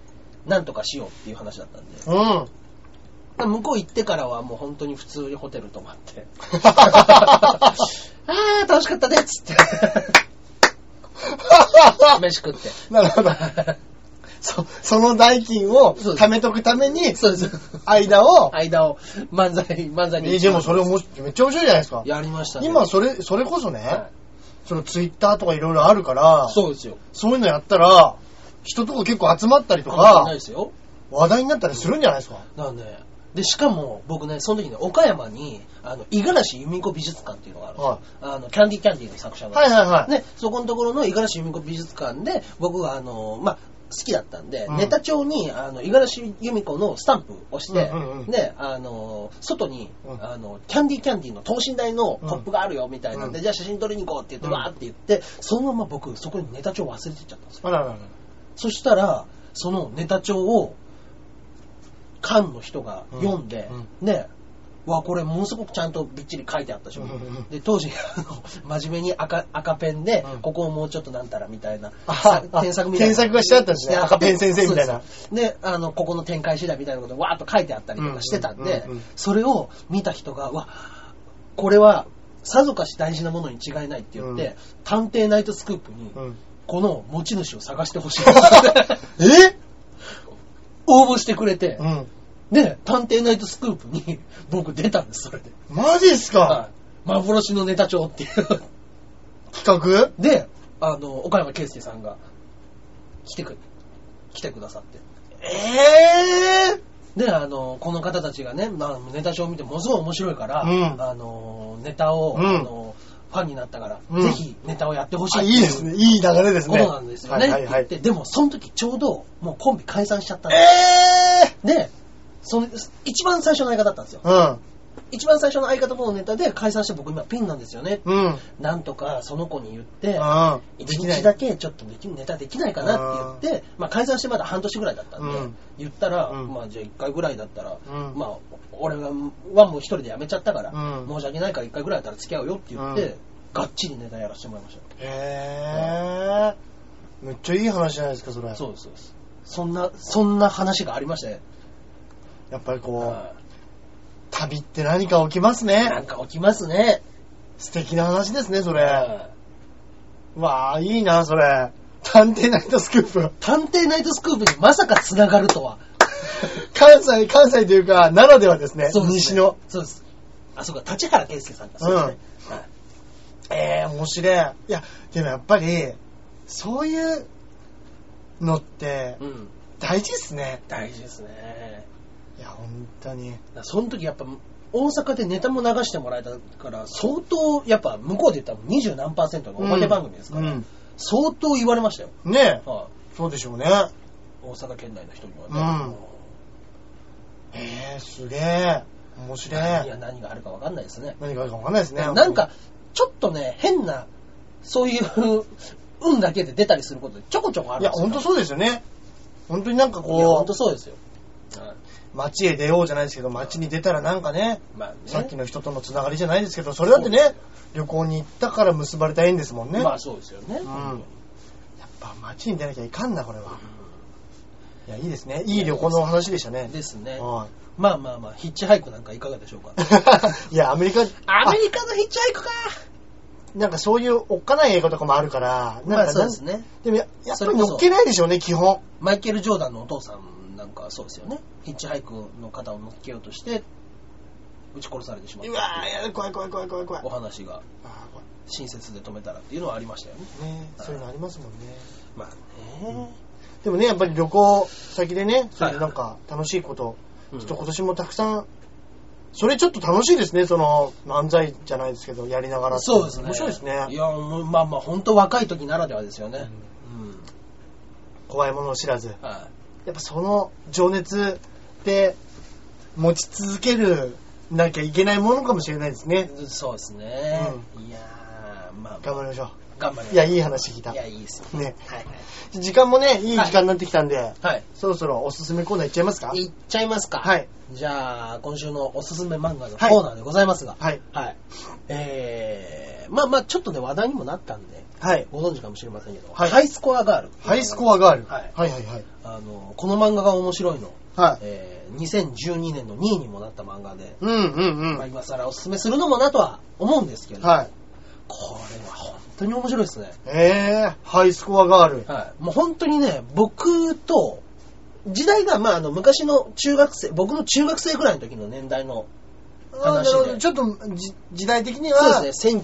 S1: なんとかしようっていう話だったんで、
S2: うん。
S1: まあ向こう行ってからはもう本当に普通にホテル泊ま って、あー、楽しかったねっ つって、飯食って。
S2: なるほど。 そその代金を
S1: そうです
S2: 貯めとくために、
S1: そうです。
S2: 間 を、
S1: 間を漫才、漫才に。
S2: えでもそれ面白いめっちゃ面白いじゃないですか。
S1: やりましたね。
S2: 今それ、それこそね、
S1: は
S2: そのツイッターとかいろいろあるから、
S1: い、そうですよ。
S2: そういうのやったら、人とか結構集まったりと
S1: あな
S2: か
S1: い、ですよ。
S2: 話題になったりするんじゃないですか。
S1: なんで、で、しかも僕ね、その時ね、岡山に、あの、五十嵐由美子美術館っていうのがあるんですよ。あの、キャンディーキャンディーの作者が。
S2: はいはいはい。
S1: ね、そこのところの五十嵐由美子美術館で、僕があの、まあ、好きだったんで、
S2: うん
S1: ネタ帳に、あの、五十嵐由美子のスタンプをして、
S2: うんうんうん
S1: で、あの、外に、
S2: うん
S1: あの、キャンディーキャンディーの等身大のポップがあるよ、みたいなんで、
S2: うん
S1: じゃあ写真撮りに行こうって言って、
S2: うん
S1: わーって言って、そのまま僕、そこにネタ帳忘れてっちゃったんですよ。
S2: あらららら。
S1: そしたら、そのネタ帳を、館の人が読んで、
S2: うん
S1: ね、わ、これものすごくちゃんとびっちり書いてあったでしょ。
S2: うんうんうん
S1: で、当時、あの真面目に赤赤ペンで、
S2: うん
S1: ここをもうちょっとなんたらみたいな、
S2: あ
S1: さ
S2: あ
S1: 添削みたいな。
S2: 添削がしてあったんですね
S1: で
S2: 赤ペン先生みたいな。
S1: そうですで、あの、ここの展開次第みたいなことをわーっと書いてあったりとかしてたんで
S2: うんうんうんうん、
S1: それを見た人が、わ、これは、さぞかし大事なものに違いないって言って、
S2: うん
S1: 探偵ナイトスクープに、
S2: うん、
S1: この持ち主を探して ほしい。
S2: え
S1: 応募してくれて
S2: う、ん。
S1: で、探偵ナイトスクープに 僕出たんです、それで。
S2: マジっす
S1: は
S2: か、
S1: い幻のネタ帳っていう。
S2: 企
S1: で、あの、岡山圭介さんが来てく、来てくださって。
S2: 画え
S1: で、あの、この方たちがね、まあ、ネタ帳を見てものすごい面白いから、
S2: うん
S1: あの、ネタを、
S2: うん
S1: あの、ファンになったから、
S2: うん
S1: ぜひネタをやってほしい
S2: あ、
S1: っ
S2: い
S1: て
S2: いですね。いい流れです
S1: こ
S2: ね。
S1: となんですよね。
S2: はいはいはい。
S1: って言ってでも、その時ちょうど、もうコンビ解散しちゃったんです
S2: え
S1: で、その、一番最初の相方だったんですよ。
S2: ー
S1: 一番最初の相方とのネタで解散して僕今ピンなんですよね。
S2: うん。うん。うん。
S1: なんとかその子に言って、一
S2: できない
S1: 日だけちょっとできネタできないかなって言って、まあ解散してまだ半年ぐらいだったんで、
S2: うん
S1: 言ったら、
S2: うん
S1: まあじゃあ一回ぐらいだったら、
S2: うん
S1: まあ俺はもう一人で辞めちゃったから、
S2: うん
S1: 申し訳ないから一回ぐらいだったら付き合うよって言って、
S2: うん
S1: がっちりネタやらせてもらいました。
S2: えー。めっちゃいい話じゃないですか、それ。
S1: そうです、そうです。そんな、そんな話がありまして、
S2: やっぱりこ
S1: は
S2: う、旅って何か起きます
S1: いなん
S2: ね。
S1: か起きますね。
S2: 素敵な話ですね、それ。
S1: はい
S2: わあ、いいな、それ。探偵ナイトスクープ。
S1: 探偵ナイトスクープにまさか繋がるとは。
S2: 関西、関西というか、ならではですね。
S1: そうですね
S2: 西の。
S1: そうです。あ、そうか、立原圭介さんが。そうですね。はい
S2: ええー、面白い。いや、でもやっぱり、そういうのって
S1: うん。
S2: 大事っすね。
S1: 大事ですね。
S2: いや、本当に。
S1: だからその時やっぱ、大阪でネタも流してもらえたから、相当、やっぱ向こうで言ったら二十何パーセントのおまけ番組ですから、
S2: うん
S1: 相当言われましたよ。
S2: うんねえ、
S1: は
S2: そうでしょうね。
S1: い大阪県内の人には
S2: うん
S1: ね。
S2: ええー、すげえ。面白
S1: いや、
S2: い。
S1: 何があるかわかんないですね。
S2: 何があるかわかんないですね。
S1: なんか、ちょっとね、変な、そういう 運だけで出たりすることでちょこちょこあ
S2: 本
S1: る
S2: 当に。いや、本当そうですよね。本当になんか
S1: う。いや、
S2: こ、
S1: 本当そうですよ。はいう
S2: 街へ出ようじゃないですけど、街に出たらなんかね、
S1: まあね
S2: さっきの人とのつながりじゃないですけど、それだってね、旅行に行ったから結ばれた縁ですもんね。
S1: まあそうですよね。
S2: んやっぱ街に出なきゃいかんな、これは。いや、いいですね。いい旅行のお話でしたね。
S1: ですね。
S2: は
S1: まあまあまあ、ヒッチハイクなんかいかがでしょうか。
S2: い。 いや、アメリカ、
S1: アメリカのヒッチハイクか
S2: あなんかそういうおっかない映画とかもあるから、
S1: ま
S2: なん
S1: あ
S2: か
S1: そう
S2: なん
S1: ですね。
S2: でもや、やっ
S1: そ
S2: ぱ
S1: れ
S2: り
S1: こそ
S2: 乗っけないでしょうね、基本。
S1: マイケル・ジョーダンのお父さんなんかはそうですよね。ヒッチハイクの方を乗っけようとして、撃ち殺されてしまっ
S2: う
S1: た
S2: わー、やだ、怖い怖い怖い怖い怖い
S1: お。話が
S2: あー怖い
S1: 親切で止めたらっていうのはありましたよね。
S2: ね、そういうのありますもんね。
S1: まあね。
S2: でもね、やっぱり旅行先でね、そういう
S1: はい
S2: なんか楽しいこと、
S1: うん
S2: ちょっと今年もたくさん、それちょっと楽しいですね、その漫才じゃないですけど、やりながらって
S1: そうですね。
S2: 面白いですね
S1: い。や、もうまあまあ、本当若い時ならではですよね。うん。
S2: 怖いものを知らず。
S1: は
S2: やっぱその情熱で持ち続けるなきゃいけないものかもしれないですね。
S1: い。そうですね。いやー、まあ、
S2: 頑張りましょ
S1: 頑張りましょう
S2: う。いや、いい話聞いた
S1: い。や、いいですね。
S2: ね。
S1: はい
S2: 時間もね、いい時間になってきたんで、
S1: はい。
S2: そろそろおすすめコーナーいっちゃいますか
S1: はい。いっちゃいますか。
S2: はい。
S1: じゃあ、今週のおすすめ漫画のコーナーでございますが、
S2: はい。
S1: はい。えー、まあまあ、ちょっとね、話題にもなったんで、
S2: はい。
S1: ご存知かもしれませんけど、
S2: はい
S1: ハイスコアガール。
S2: ハイスコアガール。
S1: はい
S2: はいはいはい。
S1: あの、この漫画が面白いの、
S2: はい。
S1: えー、2012年の2位にもなった漫画で、
S2: うんうんう
S1: まあ、
S2: ん。
S1: 今更おすすめするのもなとは思うんですけれど、
S2: はい。
S1: これは本当に面白いですね。
S2: えー、ハイスコアガール。
S1: はい。もう本当にね、僕と、時代が、まあ、あの、昔の中学生、僕の中学生ぐらいの時の年代の、
S2: あーなるほ
S1: 話
S2: ど
S1: で
S2: ちょっとじ時代的には、
S1: そうですね、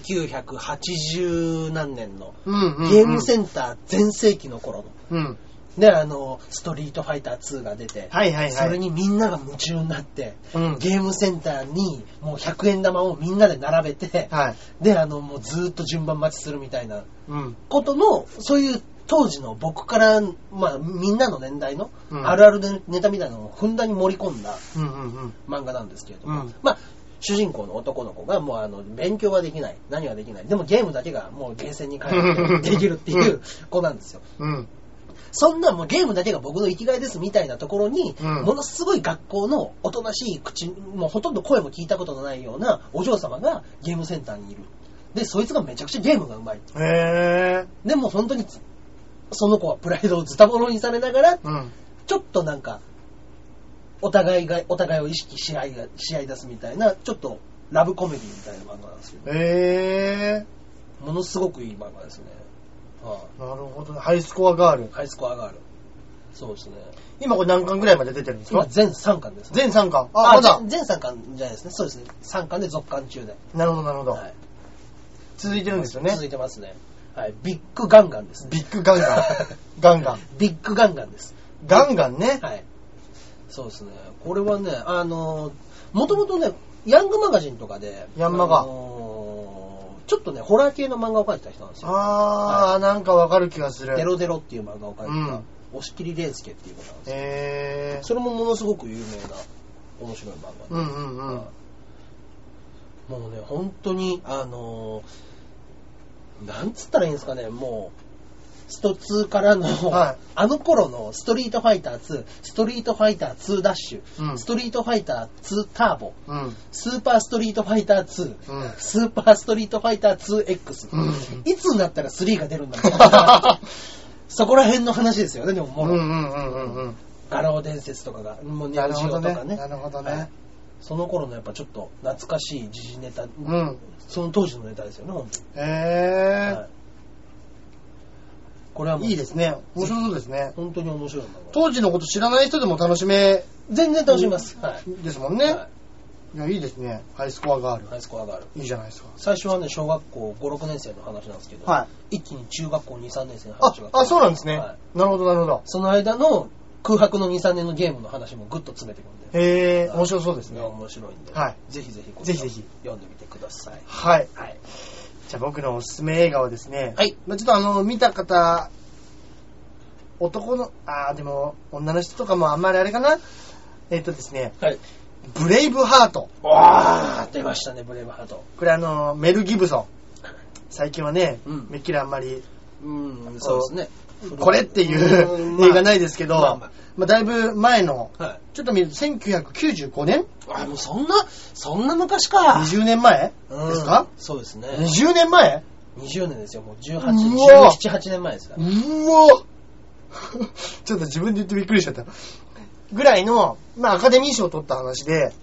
S1: 1980何年の、
S2: うんうんうん、
S1: ゲームセンター全盛期の頃の、
S2: うん。
S1: ね、あの、ストリートファイター2が出て、
S2: はいはいはい。
S1: それにみんなが夢中になって、
S2: うん。
S1: ゲームセンターにもう100円玉をみんなで並べて、
S2: はい。
S1: で、あの、もうずーっと順番待ちするみたいな
S2: うん。
S1: ことの、そういう当時の僕から、まあ、みんなの年代の、
S2: うん
S1: あるあるでネタみたいなのをふんだんに盛り込んだ
S2: うんうんうん。
S1: 漫画なんですけれども、
S2: うん
S1: まあ、主人公の男の子がもうあの勉強はできない、何はできない、でもゲームだけがもうゲーセンに変え てできるっていう子なんですよ。
S2: うん。
S1: そんなもうゲームだけが僕の生きがいですみたいなところに、
S2: うん
S1: ものすごい学校のおとなしい口、もうほとんど声も聞いたことのないようなお嬢様がゲームセンターにいる。で、そいつがめちゃくちゃゲームがうまい。
S2: へえ。
S1: でも本当に、その子はプライドをズタボロにされながら、
S2: うん。
S1: ちょっとなんか、お互いが、お互いを意識し合いが、し合い出すみたいな、ちょっとラブコメディみたいな漫画なんですけど、
S2: へえ。
S1: ものすごくいい漫画ですね。は
S2: なるほどね。ハイスコアガール
S1: い。。ハイスコアガール。そうですね。
S2: 今これ何巻ぐらいまで出てるんです
S1: 今
S2: か
S1: 全3巻ですね。
S2: 全3巻。あ、
S1: あ、
S2: まだ。
S1: 全全3巻じゃないですね。そうですね。3巻で続巻中で。
S2: なるほど、なるほど
S1: は。い
S2: 続いてるんですよね。
S1: 続いてますね。はい。ビッグガンガンですね。
S2: ビッグガン ガン。ガンガン。
S1: ビッグガンガンです。
S2: ガンガンね。
S1: はい。そうですね。これはね、あのー、もともとね、ヤングマガジンとかで、
S2: ヤンマガ
S1: あのーちょっとね、ホラー系の漫画を描いてた人なんですよ。
S2: あー、なんかわかる気がする。
S1: デロデロっていう漫画を描いてた、
S2: うん
S1: 押切玲介っていう子なんですよ
S2: へえ。
S1: それもものすごく有名な、面白い漫画で。
S2: うんうんうん。
S1: もうね、本当に、あのーなんつったらいいんですかね、もう、スト2からの、
S2: はい
S1: あの頃のストリートファイター2、ストリートファイター2ダッシュ、
S2: うん
S1: ストリートファイター2ターボ、
S2: うん。
S1: スーパーストリートファイター2、
S2: うん
S1: スーパーストリートファイター 2X、
S2: うん
S1: いつになったら3が出るんだみたい なそこら辺の話ですよね、でもも
S2: うん
S1: う、
S2: うんうんうんうん。
S1: ガラオ伝説とかが、もうネ
S2: な
S1: オ
S2: る
S1: ジ
S2: ほ
S1: オ
S2: ど
S1: と
S2: ね
S1: か。ね
S2: なるほど
S1: は
S2: ね
S1: い。その頃のやっぱちょっと懐かしい時事ネタ、
S2: うん。
S1: その当時のネタですよね、本当に。
S2: へ
S1: はいこれはもう
S2: え。いいですね。面白そうですね。
S1: 本当に面白い漫画。
S2: 当時のこと知らない人でも楽しめ
S1: 全然楽しみます。はい。
S2: ですもんね。
S1: はい
S2: いや、いいですね。ハイスコアガール。
S1: ハイスコアがある。
S2: いいじゃないですか。
S1: 最初はね、小学校5、6年生の話なんですけど、
S2: はい
S1: 一気に中学校2、3年生の
S2: あ
S1: 話が、
S2: あ、そうなんですね。
S1: はい
S2: なるほど、なるほど。
S1: その間の空白の2、3年のゲームの話もぐっと詰めてくるんで。
S2: へえ、
S1: はい
S2: 面白そうです
S1: い
S2: ね
S1: や。面白いんで。
S2: はい
S1: ぜひぜひこちら、
S2: ぜひぜひ
S1: 読んでみてください。
S2: はい。
S1: はい。
S2: じゃあ僕のおすすめ映画はですね、
S1: はい
S2: まあ、ちょっとあの、見た方、男の、あーでも、女の人とかもあんまりあれかな。えっ、とですね、
S1: はい。
S2: ブレイブハート。
S1: わー出ましたね、ブレイブハート。
S2: これあの、メル・ギブソン。最近はね、
S1: うん
S2: めっきりあんまり、
S1: うん、そうですね。
S2: これっていう
S1: うんまあ
S2: 映画ないですけど、
S1: ま
S2: ま
S1: あ
S2: あ
S1: ま
S2: だいぶ前の、
S1: あはい。
S2: ちょっと見ると1995年
S1: あ、もうそんな、そんな昔か。
S2: ?20 年前
S1: うん
S2: ですか
S1: そうですね。
S2: ?20 年前
S1: 20年ですよ、もう18、
S2: うわ
S1: 17、8年前ですから。
S2: うお ちょっと自分で言ってびっくりしちゃった。ぐらいの、まあ、アカデミー賞を取った話で、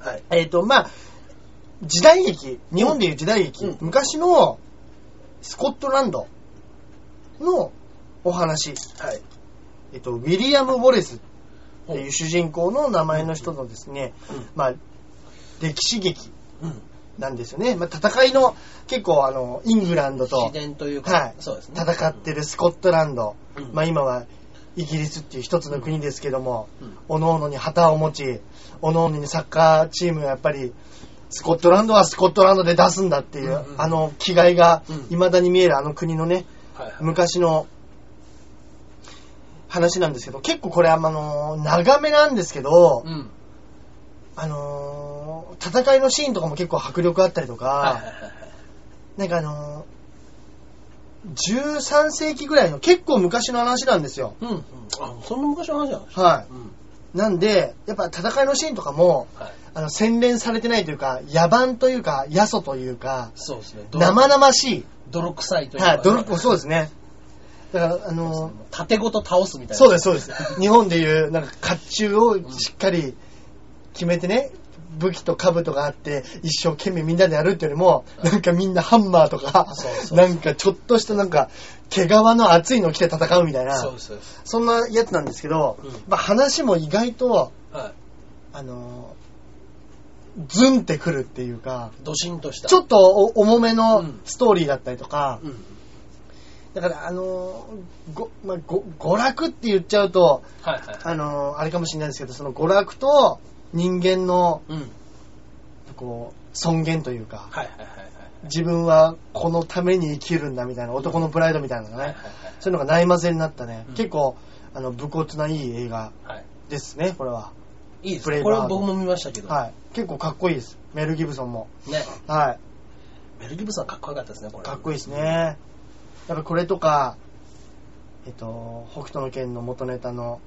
S1: はい。
S2: えっ、と、まあ、時代劇、日本でいう時代劇、
S1: うん
S2: 昔のスコットランドのお話、
S1: はい。
S2: えっ、と、ウィリアム・ウォレスっていう主人公の名前の人のですね、
S1: うん
S2: まあ、歴史劇
S1: うん。
S2: なんですよね。まあ、戦いの、結構あの、イングランドと
S1: 自、然というか、
S2: はい
S1: そうですね。
S2: 戦ってるスコットランド、
S1: うん
S2: まあ今はイギリスっていう一つの国ですけども、
S1: うん
S2: おのおのに旗を持ち、おのおのにサッカーチームがやっぱり、スコットランドはスコットランドで出すんだっていう、
S1: うんうん
S2: あの気概が
S1: うん
S2: 未だに見えるあの国のね、
S1: はいはい。
S2: 昔の話なんですけど、結構これあの、長めなんですけど、
S1: うん。
S2: あのー戦いのシーンとかも結構迫力あったりとか、
S1: はいはいはいはい。
S2: なんかあのー、13世紀ぐらいの結構昔の話なんですよ。
S1: うん。うんあ、そんな昔の話なんですか
S2: は
S1: うん。
S2: い。なんで、やっぱ戦いのシーンとかも、
S1: はい。
S2: あの、洗練されてないというか、野蛮というか、野素というか、
S1: そうですね。泥
S2: 生々し
S1: 泥臭い
S2: い。
S1: というか、
S2: はい、泥っこ、そう
S1: う
S2: ですね。だから、あのー、
S1: 縦ごと倒すみたいな。
S2: そうです、そうです。日本でいう、なんか、甲冑をしっかり決めてね、武器と兜があって、一生懸命みんなでやるってよりも、なんかみんなハンマーとか
S1: そうそうそ、う
S2: なんかちょっとしたなんか、毛皮の厚いの着て戦うみたいな、
S1: そうですそうです。
S2: そんなやつなんですけど、
S1: うん
S2: まあ話も意外と、
S1: は
S2: あのーズンってくるっていうか、
S1: い。ドシンとした。
S2: ちょっとお重め
S1: う
S2: の
S1: ん
S2: ストーリーだったりとか、
S1: うん。
S2: だからあのーご、まあご娯楽って言っちゃうと、
S1: はいはいはい。
S2: あのーあれかもしれないですけど、その娯楽と人間の、
S1: うん。
S2: こう、尊厳というか、
S1: はいはいはいはい。
S2: 自分はこのために生きるんだみたいな、男のプライドみたいなのが
S1: は
S2: ね、
S1: いはいはい
S2: そういうのがないまぜになったね、
S1: うん
S2: 結構、あの、武骨ないい映画
S1: はい。
S2: ですね、これは。
S1: いいです
S2: フレ
S1: ね。
S2: ー
S1: これ
S2: バー
S1: は僕も見ましたけど。
S2: はい。結構かっこいいです。メル・ギブソンも。
S1: ね。
S2: は
S1: メル・ギブソンかっこよかったですね、こ
S2: い。
S1: れ。
S2: かっこいいですね。だからこれとか、えっと、北斗の拳の元ネタの、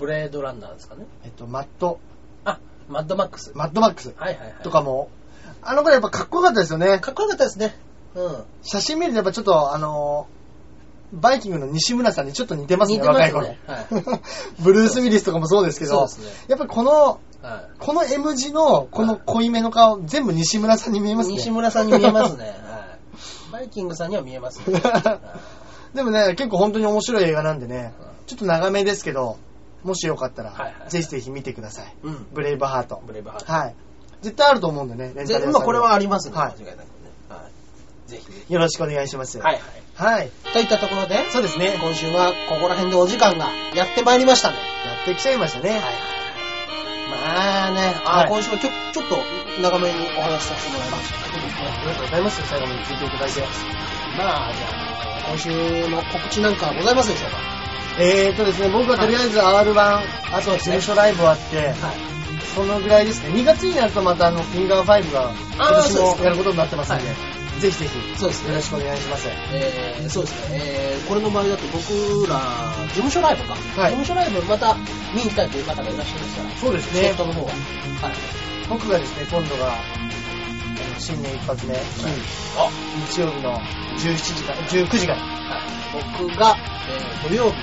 S1: ブレードランナーですかね。
S2: えっと、マット、
S1: あ、マッドマックス。
S2: マッドマックス
S1: はいはいはい。
S2: とかも、あの頃やっぱかっこよかったですよね。
S1: かっこよかったですね。うん。
S2: 写真見るとやっぱちょっと、あのーバイキングの西村さんにちょっと似てますね、
S1: 似てますね
S2: 若い頃。 ブルース・ウィリスとかもそうですけど、
S1: そうですね
S2: やっぱりこの、
S1: は
S2: この M 字の、この濃いめの顔、全部西村さんに見え
S1: い。
S2: ますね。
S1: 西村さんに見え ますね。はい。バイキングさんには見えます ね。
S2: でもね、結構本当に面白い映画なんでね、ちょっと長めですけど、もしよかったら、
S1: はいはい
S2: ぜひぜひ見てください。
S1: うん。
S2: ブレイブハート。
S1: ブレイブハート。
S2: はい。絶対あると思うんでね、レンタル屋さん
S1: ぜ
S2: で
S1: まあこれはありますね。
S2: はい
S1: 間違いなくね。はい。ぜひぜひ。
S2: よろしくお願いします。。
S1: はいいはい。
S2: はい。
S1: といったところで、
S2: そうですね。
S1: 今週はここら辺でお時間がやってまいりましたね。
S2: やってきちゃいましたね。
S1: はい。まあね、あー、
S2: はい
S1: 今週はちょちょっと長めにお話しさせてもらいました。
S2: ありがとうございます。最後まで聞いていただいて。
S1: まあじゃあ、今週の告知なんかはございますでしょうか
S2: えーとですね、僕はとりあえず R1、あと事務所ライブ終わって、
S1: はい。
S2: そのぐらいですね。2月になるとまたあの、フィンガー5が今
S1: あー
S2: 年
S1: そうです
S2: も
S1: ね
S2: やることになってますんで
S1: は、
S2: ぜひぜひ
S1: そうですね
S2: よろしくお願いします。
S1: えーそうですね、えーこれの場合だと僕ら、事務所ライブか、
S2: はい
S1: 事務所ライブまた見に行きたいという方がいらっしゃいましたら、
S2: そうですね
S1: チケットの方は。はい。
S2: 僕がですね、今度が、えー新年一発目、金、日曜日の17時から、19時から。は
S1: はい僕が、えー土曜日の、え
S2: い。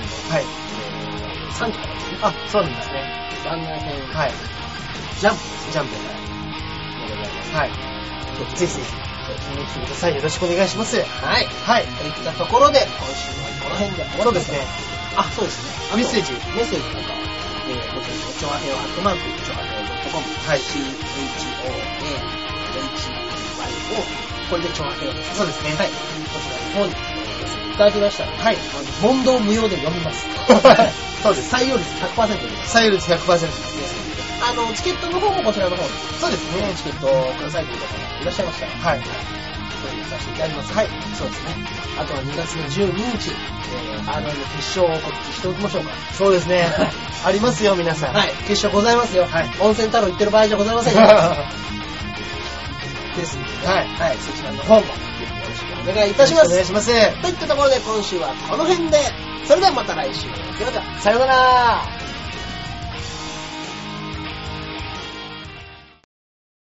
S1: ー3時からですね、
S2: あ、そうなんですね。
S1: 番外編、
S2: はい。
S1: ジャンプ
S2: ジャンプ。
S1: でございます。
S2: はい。ぜひぜひ、見に来てください。よろしくお願いします。
S1: はい。
S2: はい。
S1: といったところで、今週はこの辺で終わろう
S2: そうで
S1: ですす
S2: ね
S1: ね。。あ、そうですね。
S2: メッセージ
S1: メッセージなんかは、えー、もちろん、ちょあへおはっとマーク、ちょあへお .com、
S2: はい
S1: CHOAHEYO、これでちょあへおです。
S2: そうですね。
S1: はい。こちらの方に、えー寄せていただきましたら、
S2: はい
S1: あの問答無用で読みます。
S2: そうです。
S1: 採用率100%です。
S2: 左右率100%。
S1: あの、チケットの方もこちらの方に、
S2: そうですね。
S1: チケットをくださいという方がいらっしゃいましたら、
S2: はい。
S1: そういうさせていただきます。はい。そうですね。あとは2月の12日、えー、R1 の決勝を告知しておきましょうか。
S2: そうですね
S1: はい。
S2: ありますよ、皆さん。
S1: はい。決勝ございますよ。
S2: はい
S1: 温泉太郎行ってる場合じゃございませんよ。
S2: は
S1: ですので、
S2: はい
S1: はい。そちらの方も、よろしくお願いいたします。
S2: お願いします。
S1: といったところで今週はこの辺で、それではまた来週。ではでは、
S2: さようなら。